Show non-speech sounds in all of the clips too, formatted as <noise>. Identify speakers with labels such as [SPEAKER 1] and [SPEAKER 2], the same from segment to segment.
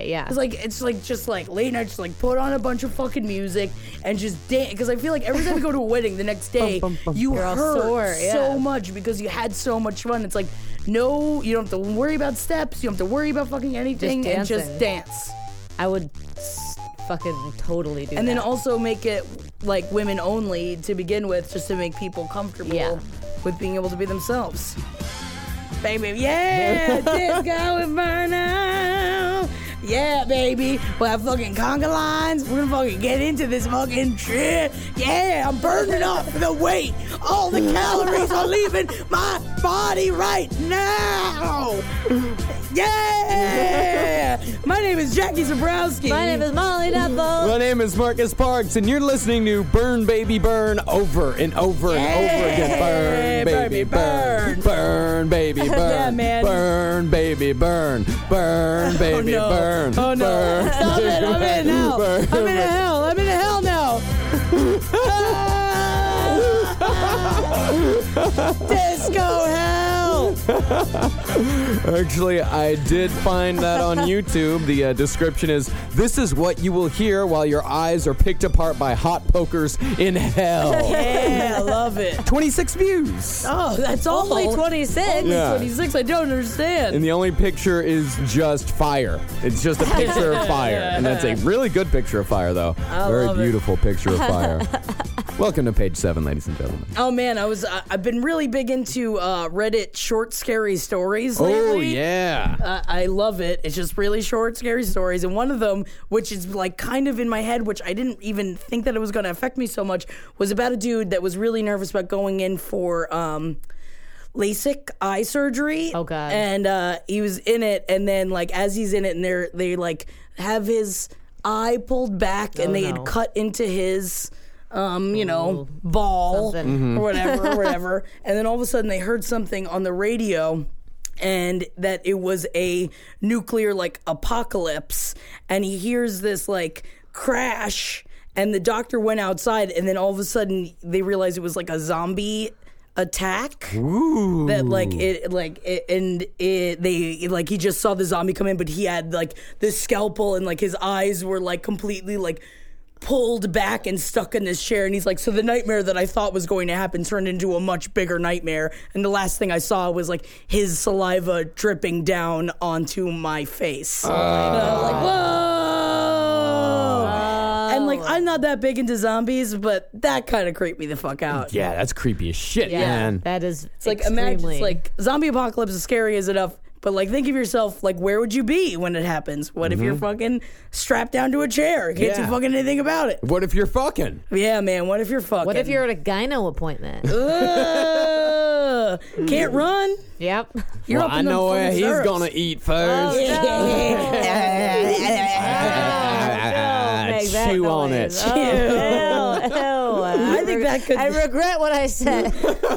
[SPEAKER 1] Yeah.
[SPEAKER 2] It's like it's like just like late night, just like put on a bunch of fucking music and just dance. Because I feel like every time you go to a wedding the next day,
[SPEAKER 1] Bum, bum, bum.
[SPEAKER 2] you
[SPEAKER 1] You're all
[SPEAKER 2] hurt
[SPEAKER 1] sore, yeah.
[SPEAKER 2] so much because you had so much fun. It's like no, you don't have to worry about steps. You don't have to worry about fucking anything, and just
[SPEAKER 1] dancing.
[SPEAKER 2] dance.
[SPEAKER 1] I would s- fucking totally do
[SPEAKER 2] And
[SPEAKER 1] that.
[SPEAKER 2] then also make it like women only to begin with, just to make people comfortable
[SPEAKER 1] Yeah.
[SPEAKER 2] with being able to be themselves. Baby, <laughs> yeah, disco inferno. Yeah, baby. We'll have fucking conga lines. We're gonna fucking get into this fucking shit. Yeah, I'm burning off the weight. All the calories are leaving my body right now. Yeah. My name is Jackie Zabrowski.
[SPEAKER 1] My name is Molly
[SPEAKER 3] <laughs>
[SPEAKER 1] Double.
[SPEAKER 3] My name is Marcus Parks, and you're listening to Burn Baby Burn over and over and over again. Burn Baby Burn. Burn Baby Burn.
[SPEAKER 2] <laughs> Yeah, man. Oh,
[SPEAKER 3] Burn Baby Burn.
[SPEAKER 2] <laughs>
[SPEAKER 3] Burn Baby
[SPEAKER 2] no.
[SPEAKER 3] Burn.
[SPEAKER 2] Oh, no.
[SPEAKER 3] Burn.
[SPEAKER 2] <laughs> I'm in, I'm in hell.
[SPEAKER 3] <laughs> Burn.
[SPEAKER 2] I'm in hell. I'm in hell now. <laughs> Disco hell.
[SPEAKER 3] Actually, I did find
[SPEAKER 2] <laughs>
[SPEAKER 3] that on YouTube. The uh, description is This is what you will hear while your eyes are picked apart by hot pokers in hell.
[SPEAKER 2] <laughs> Yeah, I love it.
[SPEAKER 3] 26 views.
[SPEAKER 2] Oh, that's
[SPEAKER 1] Only
[SPEAKER 2] awful.
[SPEAKER 1] 26.
[SPEAKER 3] Yeah.
[SPEAKER 2] 26. I don't understand.
[SPEAKER 3] And the only picture is just fire. It's just a picture
[SPEAKER 2] <laughs>
[SPEAKER 3] of fire. And that's a really good picture of fire, though. Very
[SPEAKER 2] love it.
[SPEAKER 3] beautiful picture
[SPEAKER 2] <laughs>
[SPEAKER 3] of fire. Welcome to page seven, ladies and gentlemen.
[SPEAKER 2] Oh man, I was I, I've been really big into uh, Reddit short scary stories lately.
[SPEAKER 3] Oh, yeah.
[SPEAKER 2] Uh, I love it. It's just really short, scary stories. And one of them, which is like kind of in my head, which I didn't even think that it was going to affect me so much, was about a dude that was really nervous about going in for um, LASIK eye surgery.
[SPEAKER 1] Oh, God.
[SPEAKER 2] And uh, he was in it, and then like as he's in it, and they're they like have his eye pulled back, and
[SPEAKER 1] Oh,
[SPEAKER 2] they
[SPEAKER 1] no.
[SPEAKER 2] had cut into his. Um, you know, ball
[SPEAKER 1] Something.
[SPEAKER 2] or whatever, or whatever. And then all of a sudden, they heard something on the radio, and that it was a nuclear like apocalypse. And he hears this like crash, and the doctor went outside, and then all of a sudden, they realized it was like a zombie attack that like it like it, and it they like he just saw the zombie come in but he had like this scalpel and like his eyes were like completely like pulled back and stuck in this chair and he's like so the nightmare that i thought was going to happen turned into a much bigger nightmare and the last thing i saw was like his saliva dripping down onto my face and i was like
[SPEAKER 1] Oh.
[SPEAKER 2] whoa and like i'm not that big into zombies but that kind of creeped me the fuck out
[SPEAKER 3] Yeah, that's creepy as shit,
[SPEAKER 1] Yeah,
[SPEAKER 3] man.
[SPEAKER 1] that is.
[SPEAKER 2] it's like imagine
[SPEAKER 1] extremely-
[SPEAKER 2] it's like zombie apocalypse is scary as enough, but like think of yourself like where would you be when it happens? What if you're fucking strapped down to a chair? Can't
[SPEAKER 3] Yeah.
[SPEAKER 2] do fucking anything about it.
[SPEAKER 3] what if you're fucking?
[SPEAKER 2] Yeah, man. What if you're fucking?
[SPEAKER 1] What if you're at a gyno appointment?
[SPEAKER 2] Ugh, can't run? <laughs>
[SPEAKER 1] yep.
[SPEAKER 2] You're
[SPEAKER 3] Well,
[SPEAKER 2] up
[SPEAKER 3] I
[SPEAKER 2] in them
[SPEAKER 3] know where
[SPEAKER 2] fucking
[SPEAKER 3] he's
[SPEAKER 2] syrups.
[SPEAKER 3] gonna eat
[SPEAKER 2] Oh,
[SPEAKER 1] <laughs>
[SPEAKER 3] <laughs> first.
[SPEAKER 2] <laughs>
[SPEAKER 1] Don't make that
[SPEAKER 3] Chew on
[SPEAKER 1] noise.
[SPEAKER 3] it.
[SPEAKER 1] Oh, <laughs> ew, ew.
[SPEAKER 2] I think that could-
[SPEAKER 1] I regret what I
[SPEAKER 2] <laughs>
[SPEAKER 1] said.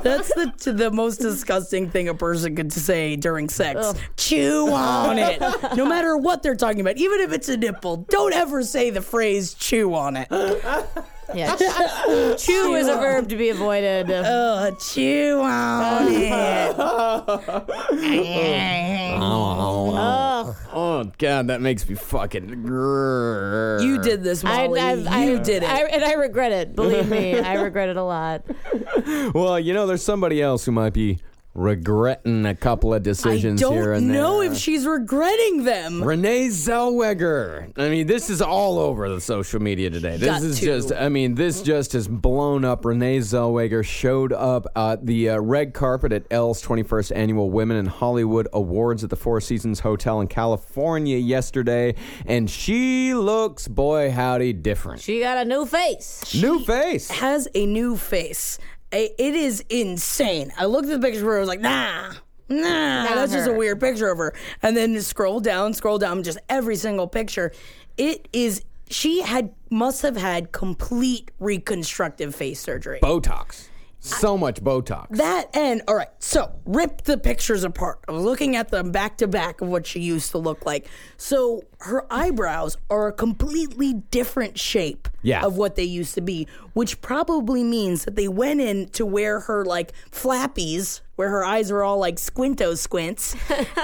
[SPEAKER 2] That's the t- the most disgusting thing a person could say during sex. Chew
[SPEAKER 1] <laughs>
[SPEAKER 2] on it. No matter what they're talking about, even if it's a nipple, don't ever say the phrase "chew on it."
[SPEAKER 1] Yeah. Chew is a verb to be avoided.
[SPEAKER 2] Oh, chew on it.
[SPEAKER 1] Ugh.
[SPEAKER 3] Oh god, that makes me fucking. grrr.
[SPEAKER 2] You did this,
[SPEAKER 1] I,
[SPEAKER 2] Molly.
[SPEAKER 1] I, I,
[SPEAKER 2] you did it.
[SPEAKER 1] I, and I regret it. Believe me,
[SPEAKER 2] <laughs>
[SPEAKER 1] I regret it a lot.
[SPEAKER 3] Well, you know, there's somebody else who might be regretting a couple of
[SPEAKER 2] I
[SPEAKER 3] decisions
[SPEAKER 2] don't
[SPEAKER 3] here and
[SPEAKER 2] know
[SPEAKER 3] there.
[SPEAKER 2] if she's regretting them.
[SPEAKER 3] Renee Zellweger. I mean, this is all over the social media today. This
[SPEAKER 2] Got
[SPEAKER 3] is
[SPEAKER 2] to.
[SPEAKER 3] just, I mean, this just has blown up. Renee Zellweger showed up at the uh, red carpet at L's 21st Annual Women in Hollywood Awards at the Four Seasons Hotel in California yesterday, and she looks, boy, howdy, different.
[SPEAKER 1] She got a new face.
[SPEAKER 3] New face.
[SPEAKER 2] Has a new face. I- It is insane. I looked at the picture of her. I was like, nah. Nah, that's just a
[SPEAKER 1] her.
[SPEAKER 2] weird picture of her. And then just scroll down, scroll down, just every single picture. It is. She had must have had complete reconstructive face surgery.
[SPEAKER 3] Botox. So much Botox.
[SPEAKER 2] That and all right, so rip the pictures apart. I was looking at them back to back of what she used to look like. So her eyebrows are a completely different shape
[SPEAKER 3] Yeah.
[SPEAKER 2] of what they used to be, which probably means that they went in to where her like flappies, where her eyes were all like squinto
[SPEAKER 1] <laughs>
[SPEAKER 2] squints,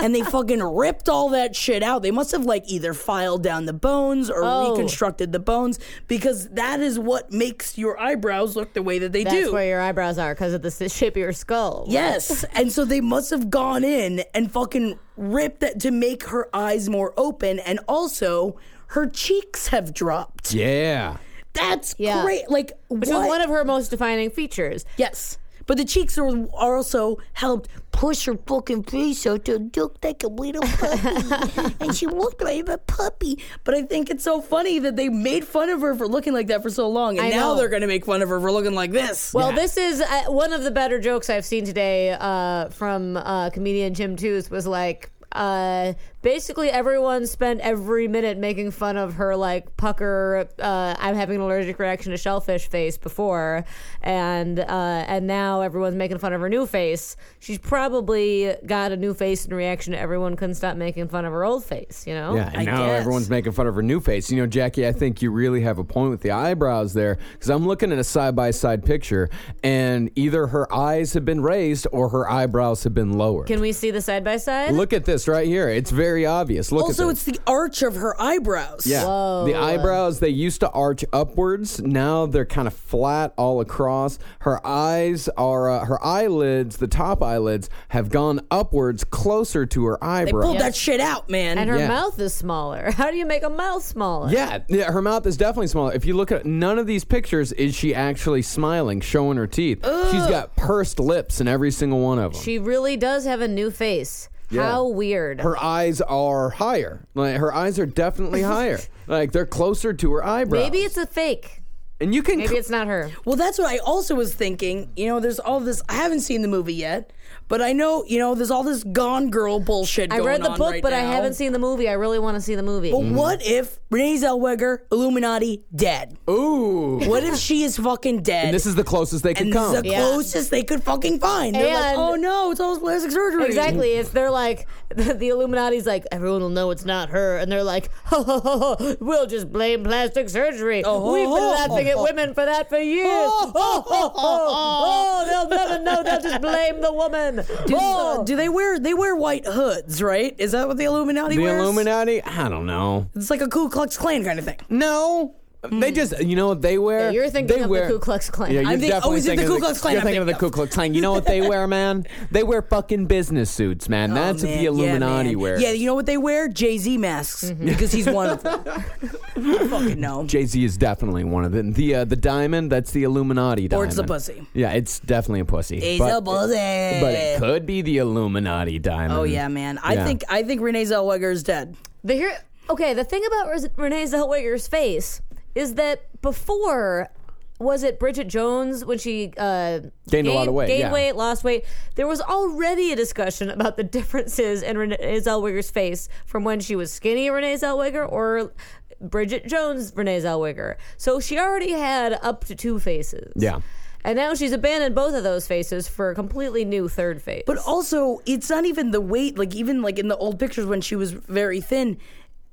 [SPEAKER 2] and they fucking ripped all that shit out. They must have like either filed down the bones or
[SPEAKER 1] Oh.
[SPEAKER 2] reconstructed the bones because that is what makes your eyebrows look the way that they
[SPEAKER 1] That's
[SPEAKER 2] do.
[SPEAKER 1] where your eyebrows are because of the s- <laughs> shape of your skull.
[SPEAKER 2] Yes. And so they must have gone in and fucking ripped that to make her eyes more open. And also, her cheeks have dropped.
[SPEAKER 3] Yeah.
[SPEAKER 2] That's
[SPEAKER 1] Yeah.
[SPEAKER 2] great. Like,
[SPEAKER 1] Which
[SPEAKER 2] what?
[SPEAKER 1] is one of her most defining features.
[SPEAKER 2] yes. But the cheeks are, are also helped push her fucking face out to look like a
[SPEAKER 1] <laughs>
[SPEAKER 2] little puppy. and she looked like a puppy. But I think it's so funny that they made fun of her for looking like that for so long. And
[SPEAKER 1] I
[SPEAKER 2] now
[SPEAKER 1] know.
[SPEAKER 2] they're going to make fun of her for looking like this.
[SPEAKER 1] Well, this is uh, one of the better jokes I've seen today uh, from uh, comedian Jim Tooze was like, uh, basically everyone spent every minute making fun of her like pucker. Uh, I'm having an allergic reaction to shellfish face before, and uh, and now everyone's making fun of her new face. She's probably got a new face in reaction to everyone couldn't stop making fun of her old face. You know?
[SPEAKER 3] Yeah, and
[SPEAKER 2] Oh, I
[SPEAKER 3] now
[SPEAKER 2] guess.
[SPEAKER 3] everyone's making fun of her new face. You know, Jackie, I think you really have a point with the eyebrows there because I'm looking at a side by side picture, and either her eyes have been raised or her eyebrows have been lowered.
[SPEAKER 1] Can we see the side by side?
[SPEAKER 3] Look at this right here. It's very obvious. Look
[SPEAKER 2] also,
[SPEAKER 3] at
[SPEAKER 2] Oh, it's
[SPEAKER 3] this.
[SPEAKER 2] the arch of her eyebrows.
[SPEAKER 3] yeah. The eyebrows they used to arch upwards. Now they're kind of flat all across. Her eyes are uh, her eyelids, the top eyelids have gone upwards closer to her
[SPEAKER 2] They
[SPEAKER 3] eyebrows.
[SPEAKER 2] pulled that shit out, man.
[SPEAKER 1] And her
[SPEAKER 3] Yeah.
[SPEAKER 1] mouth is smaller. <laughs> How do you make a mouth smaller?
[SPEAKER 3] Yeah, yeah, her mouth is definitely smaller. If you look at none of these pictures, is she actually smiling, showing her teeth? She's got pursed lips in every single one of them.
[SPEAKER 1] She really does have a new face.
[SPEAKER 3] Yeah.
[SPEAKER 1] How weird.
[SPEAKER 3] her eyes are higher. Like her eyes are definitely
[SPEAKER 1] <laughs>
[SPEAKER 3] higher. Like they're closer to her eyebrows.
[SPEAKER 1] Maybe it's a fake.
[SPEAKER 3] and you can
[SPEAKER 1] Maybe it's not her.
[SPEAKER 2] Well, that's what I also was thinking. You know, there's all this. I haven't seen the movie yet, but I know you know there's all this Gone Girl bullshit.
[SPEAKER 1] I
[SPEAKER 2] going
[SPEAKER 1] read the
[SPEAKER 2] on
[SPEAKER 1] book,
[SPEAKER 2] right
[SPEAKER 1] but I
[SPEAKER 2] now.
[SPEAKER 1] haven't seen the movie. I really want to see the movie.
[SPEAKER 2] But
[SPEAKER 3] Mm-hmm.
[SPEAKER 2] what if Renee Zellweger, Illuminati, dead?
[SPEAKER 3] ooh.
[SPEAKER 2] What if she is fucking dead?
[SPEAKER 3] <laughs> And this is the closest they can
[SPEAKER 2] and this
[SPEAKER 3] come.
[SPEAKER 2] is the
[SPEAKER 1] Yeah.
[SPEAKER 2] cosest they could fucking find. They're like,
[SPEAKER 1] And-
[SPEAKER 2] oh no, it's all plastic surgery.
[SPEAKER 1] Exactly. It's they're like <laughs> the, the Illuminati's like everyone will know it's not her, and they're like, <laughs> ho, ho, ho, ho, we'll just blame plastic surgery.
[SPEAKER 2] Oh, ho,
[SPEAKER 1] We've been
[SPEAKER 2] ho,
[SPEAKER 1] laughing at
[SPEAKER 2] ho,
[SPEAKER 1] women for that for years.
[SPEAKER 2] Oh,
[SPEAKER 1] Oh,
[SPEAKER 2] oh, oh,
[SPEAKER 1] oh, oh, they'll never know. They'll just blame the woman.
[SPEAKER 2] Do, uh,
[SPEAKER 1] Oh.
[SPEAKER 2] do they wear they wear white hoods? Right? Is that what the Illuminati
[SPEAKER 3] the
[SPEAKER 2] wears?
[SPEAKER 3] Illuminati? I don't know.
[SPEAKER 2] It's like a Ku Klux Klan kind of thing.
[SPEAKER 3] No. They
[SPEAKER 2] Hmm.
[SPEAKER 3] just, you know what they wear?
[SPEAKER 1] Yeah, you're thinking
[SPEAKER 3] they
[SPEAKER 1] of the
[SPEAKER 3] wear,
[SPEAKER 1] Ku Klux Klan.
[SPEAKER 3] Yeah,
[SPEAKER 1] I'm
[SPEAKER 3] you're
[SPEAKER 2] think-
[SPEAKER 3] definitely
[SPEAKER 2] oh, is it the
[SPEAKER 3] thinking
[SPEAKER 2] Ku
[SPEAKER 3] of
[SPEAKER 2] Klux Klan
[SPEAKER 3] You're
[SPEAKER 2] I'm
[SPEAKER 3] thinking of the
[SPEAKER 2] thinking
[SPEAKER 3] Ku
[SPEAKER 2] of?
[SPEAKER 3] Klux Klan. You know what they wear, man? They wear fucking business suits, man.
[SPEAKER 2] <laughs>
[SPEAKER 3] That's
[SPEAKER 2] Oh,
[SPEAKER 3] what
[SPEAKER 2] man.
[SPEAKER 3] the
[SPEAKER 2] Yeah,
[SPEAKER 3] Illuminati
[SPEAKER 2] man.
[SPEAKER 3] wear. Mm-hmm.
[SPEAKER 2] Yeah, you know what they wear? Jay Z masks because he's one
[SPEAKER 3] <laughs>
[SPEAKER 2] of them. I fucking know.
[SPEAKER 3] Jay Z is definitely one of them. The uh, the diamond, that's the Illuminati diamond.
[SPEAKER 2] Or it's a pussy.
[SPEAKER 3] Yeah, it's definitely a pussy.
[SPEAKER 2] He's
[SPEAKER 3] but,
[SPEAKER 2] a pussy.
[SPEAKER 3] But it could be the Illuminati diamond.
[SPEAKER 2] Oh yeah, man. I
[SPEAKER 3] Yeah.
[SPEAKER 2] think I think Renee Zellweger is dead.
[SPEAKER 1] The here, okay. The thing about Res- Renee Zellweger's face is that before was it Bridget Jones when she uh,
[SPEAKER 3] Gained a lot of weight,
[SPEAKER 1] gained
[SPEAKER 3] yeah.
[SPEAKER 1] weight, lost weight. There was already a discussion about the <laughs> differences in Renee Zellweger's face from when she was skinny Renee Zellweger or Bridget Jones Renee Zellweger. So she already had up to two faces.
[SPEAKER 3] Yeah.
[SPEAKER 1] And now she's abandoned both of those faces for a completely new third face.
[SPEAKER 2] But also, it's not even the weight. Like even like in the old pictures when she was very thin.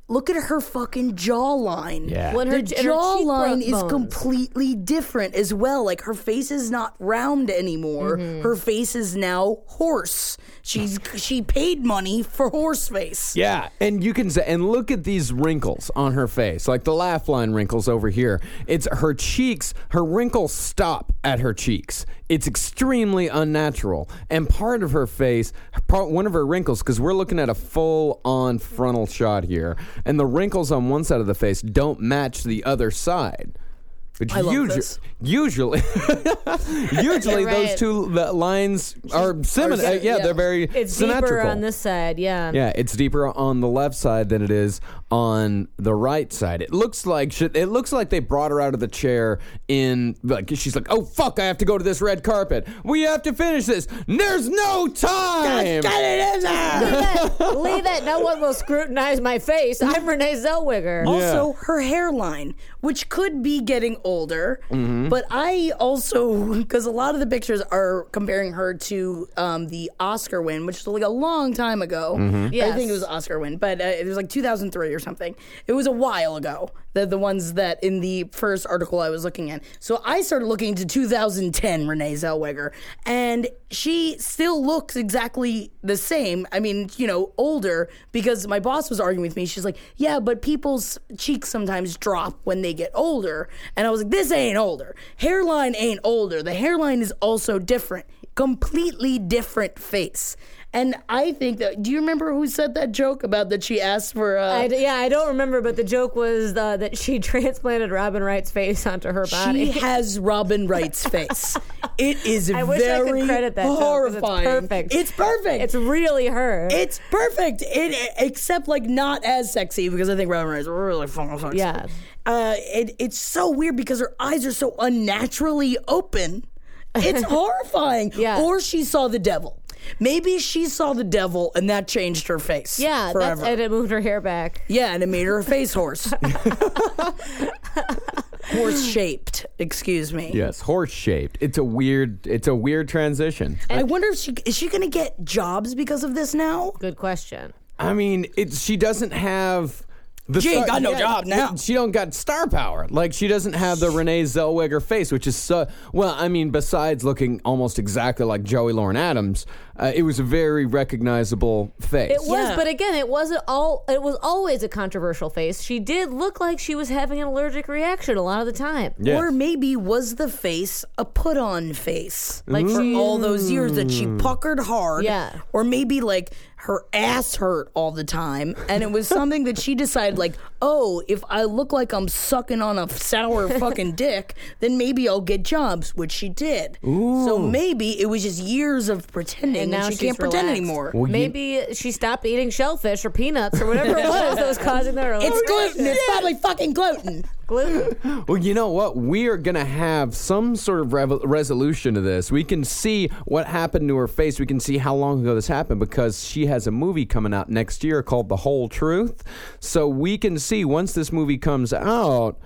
[SPEAKER 2] Look at her fucking jawline.
[SPEAKER 3] Yeah.
[SPEAKER 1] Well, and her-
[SPEAKER 2] the
[SPEAKER 1] and her
[SPEAKER 2] jawline is
[SPEAKER 1] cheekbones.
[SPEAKER 2] completely different as well. Like her face is not round anymore.
[SPEAKER 1] Mm-hmm.
[SPEAKER 2] Her face is now horse. She's she paid money for horse face.
[SPEAKER 3] Yeah, and you can say, and look at these wrinkles on her face, like the laugh line wrinkles over here. It's her cheeks, her wrinkles stop at her cheeks. It's extremely unnatural. And part of her face, part, one of her wrinkles, because we're looking at a full on frontal shot here, and the wrinkles on one side of the face don't match the other side. Which
[SPEAKER 2] I love
[SPEAKER 3] usu-
[SPEAKER 2] this.
[SPEAKER 3] usually, <laughs> usually those
[SPEAKER 1] Right.
[SPEAKER 3] two the lines are similar.
[SPEAKER 1] Uh,
[SPEAKER 2] Are-
[SPEAKER 3] yeah,
[SPEAKER 2] yeah.
[SPEAKER 3] they're very
[SPEAKER 1] it's deeper
[SPEAKER 3] symmetrical.
[SPEAKER 1] on this side, yeah.
[SPEAKER 3] Yeah, it's deeper on the left side than it is on the right side. It looks like shit. It looks like they brought her out of the chair in like she's like, "Oh fuck, I have to go to this red carpet. We have to finish this. There's no time."
[SPEAKER 2] Got it in there.
[SPEAKER 1] Leave it. Leave it. No one will scrutinize my face. I'm Renee Zellweger.
[SPEAKER 2] Also, her hairline, which could be getting older, but I also <laughs> because a lot of the pictures are comparing her to um, the Oscar win, which was like a long time ago. I
[SPEAKER 1] Yes.
[SPEAKER 2] think it was Oscar win, but uh, it was like 2003 or or something. It was a while ago that the ones that in the first article I was looking at. So I started looking to 2010 Renee Zellweger, and she still looks exactly the same. I mean, you know, older because my boss was arguing with me. She's like, "Yeah, but people's cheeks sometimes drop when they get older," and I was like, "This ain't older. Hairline ain't older. The hairline is also different." completely different face. And I think that. Do you remember who said that joke about that she asked for? Uh,
[SPEAKER 1] I d- yeah, I don't remember, but the joke was uh, that she <laughs> transplanted Robin Wright's face onto her
[SPEAKER 2] she
[SPEAKER 1] body. <laughs>
[SPEAKER 2] has Robin Wright's face. It is
[SPEAKER 1] I wish I
[SPEAKER 2] very
[SPEAKER 1] could credit that. joke 'cause
[SPEAKER 2] horrifying.
[SPEAKER 1] it's perfect.
[SPEAKER 2] It's perfect.
[SPEAKER 1] It's really her.
[SPEAKER 2] It's perfect. It except like not as sexy because I think Robin Wright's really fucking sexy.
[SPEAKER 1] Yeah.
[SPEAKER 2] Uh, it, it's so weird because her eyes are so unnaturally open.
[SPEAKER 1] <laughs>
[SPEAKER 2] It's horrifying.
[SPEAKER 1] Yeah.
[SPEAKER 2] Or she saw the devil. Maybe she saw the devil and that changed her face.
[SPEAKER 1] yeah, that's,
[SPEAKER 2] Forever.
[SPEAKER 1] and it moved her hair back.
[SPEAKER 2] yeah, and it made her
[SPEAKER 1] <laughs>
[SPEAKER 2] face horse. horse shaped. Excuse me.
[SPEAKER 3] Yes, horse shaped. It's a weird. It's a weird transition.
[SPEAKER 2] I wonder if she is she going to get jobs because of this now.
[SPEAKER 1] Good question.
[SPEAKER 3] I mean, it's she doesn't have. The
[SPEAKER 2] She ain't got no job now.
[SPEAKER 3] She don't got star power. Like she doesn't have the Renee Zellweger face, which is so. Well, I mean, besides looking almost exactly like Joey Lauren Adams, uh, it was a very recognizable face.
[SPEAKER 1] It was,
[SPEAKER 2] Yeah.
[SPEAKER 1] but again, it wasn't all. It was always a controversial face. She did look like she was having an allergic reaction a lot of the time.
[SPEAKER 3] Yeah.
[SPEAKER 2] Or maybe was the face a put on face? Like for all those years that she puckered hard.
[SPEAKER 1] Yeah.
[SPEAKER 2] Or maybe like her ass hurt all the time. And it was something that she decided, like, oh, if I look like I'm sucking on a <laughs> sour fucking dick, then maybe I'll get jobs, which she did. So maybe it was just years of pretending and,
[SPEAKER 1] And now
[SPEAKER 2] she
[SPEAKER 1] she's
[SPEAKER 2] can't pretend
[SPEAKER 1] relaxed.
[SPEAKER 2] anymore.
[SPEAKER 1] Maybe she stopped eating shellfish or peanuts or whatever it was
[SPEAKER 2] <laughs>
[SPEAKER 1] that was causing Oh, that.
[SPEAKER 2] it's gluten. It's probably fucking gluten.
[SPEAKER 1] gluten.
[SPEAKER 3] Well, you know what? We are going to have some sort of rev- resolution to this. We can see what happened to her face. We can see how long ago this happened because she has a movie coming out next year called The Whole Truth. So we can see once this movie comes out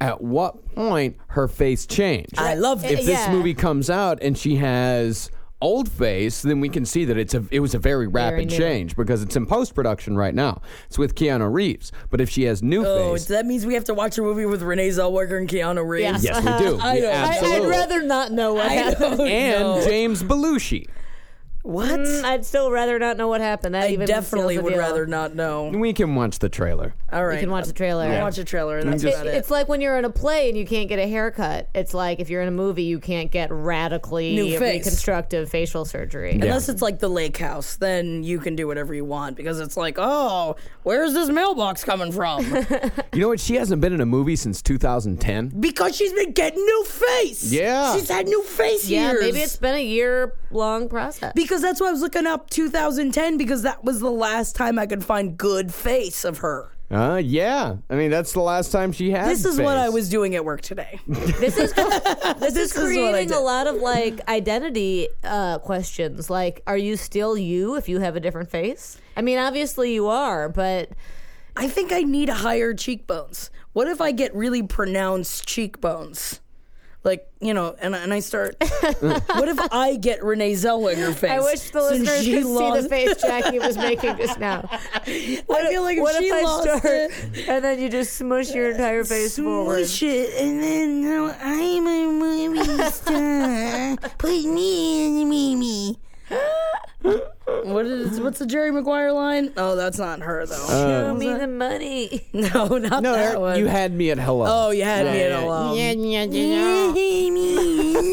[SPEAKER 3] at what point her face changed.
[SPEAKER 2] I love
[SPEAKER 3] if
[SPEAKER 2] this.
[SPEAKER 3] this
[SPEAKER 1] Yeah.
[SPEAKER 3] movie comes out and she has old face, then we can see that it's a it was a very rapid
[SPEAKER 1] new.
[SPEAKER 3] change because it's in post production right now. It's with Keanu Reeves. But if she has new
[SPEAKER 2] Oh, <laughs>
[SPEAKER 3] face,
[SPEAKER 2] so that means we have to watch a movie with Renee Zellweger and Keanu Reeves.
[SPEAKER 1] Yeah.
[SPEAKER 3] yes, we do.
[SPEAKER 2] I
[SPEAKER 3] We
[SPEAKER 2] know. I- I'd
[SPEAKER 1] I, I'd
[SPEAKER 3] absolutely.
[SPEAKER 1] rather not know what
[SPEAKER 2] I
[SPEAKER 1] happened.
[SPEAKER 2] <laughs> don't
[SPEAKER 3] and
[SPEAKER 2] know.
[SPEAKER 3] James Belushi.
[SPEAKER 2] what?
[SPEAKER 1] Mm, <laughs> I'd still rather not know what happened. That
[SPEAKER 2] I
[SPEAKER 1] even
[SPEAKER 2] definitely
[SPEAKER 1] seals the
[SPEAKER 2] would
[SPEAKER 1] deal.
[SPEAKER 2] rather not know.
[SPEAKER 3] We can watch the trailer.
[SPEAKER 2] All right,
[SPEAKER 1] You can watch the trailer.
[SPEAKER 2] I'll watch a trailer, and that's
[SPEAKER 1] It-
[SPEAKER 2] about it.
[SPEAKER 1] It's like when you're in a play and you can't get a haircut. It's like if you're in a movie, you can't get radically
[SPEAKER 2] New face.
[SPEAKER 1] reconstructive facial surgery.
[SPEAKER 2] Unless it's like the lake house, then you can do whatever you want because it's like, oh, where's this mailbox
[SPEAKER 1] <laughs>
[SPEAKER 2] coming from?
[SPEAKER 3] You know what? She hasn't been in a movie since 2010.
[SPEAKER 2] because she's been getting new face.
[SPEAKER 3] Yeah.
[SPEAKER 2] she's had new face
[SPEAKER 1] Yeah,
[SPEAKER 2] years.
[SPEAKER 1] maybe it's been a year long process.
[SPEAKER 2] because that's why I was looking up 2010 because that was the last time I could find good face of her.
[SPEAKER 3] Uh, yeah. I mean, that's the last time she had.
[SPEAKER 2] This is what
[SPEAKER 3] face.
[SPEAKER 2] I was doing at work today.
[SPEAKER 1] this is <laughs> this is
[SPEAKER 2] what I
[SPEAKER 1] creating
[SPEAKER 2] did.
[SPEAKER 1] a lot of like identity uh, questions. Like, are you still you if you have a different face? I mean, obviously you are, but
[SPEAKER 2] I think I need higher cheekbones. What if I get really pronounced cheekbones? Like, you know, and, and I
[SPEAKER 3] <laughs>
[SPEAKER 2] start. what if I get Renee Zellweger face?
[SPEAKER 1] I wish the
[SPEAKER 2] So
[SPEAKER 1] listeners
[SPEAKER 2] she
[SPEAKER 1] could see
[SPEAKER 2] lost-
[SPEAKER 1] the <laughs> face Jackie was making just now.
[SPEAKER 2] I feel like
[SPEAKER 1] <laughs>
[SPEAKER 2] if
[SPEAKER 1] what
[SPEAKER 2] she
[SPEAKER 1] if I
[SPEAKER 2] lost
[SPEAKER 1] start
[SPEAKER 2] it,
[SPEAKER 1] and then you just smush your entire face forward?
[SPEAKER 2] smush it, and then you know, I'm a
[SPEAKER 1] <laughs>
[SPEAKER 2] movie star. Put me in the movie.
[SPEAKER 1] <laughs>
[SPEAKER 2] what is what's the Jerry Maguire line? Oh, that's not her though.
[SPEAKER 1] Show me the money.
[SPEAKER 2] <laughs> no, not
[SPEAKER 3] Uh, No,
[SPEAKER 2] that
[SPEAKER 3] Eric,
[SPEAKER 2] one.
[SPEAKER 3] you had me at hello.
[SPEAKER 2] oh, you had me at alone. <laughs> Man,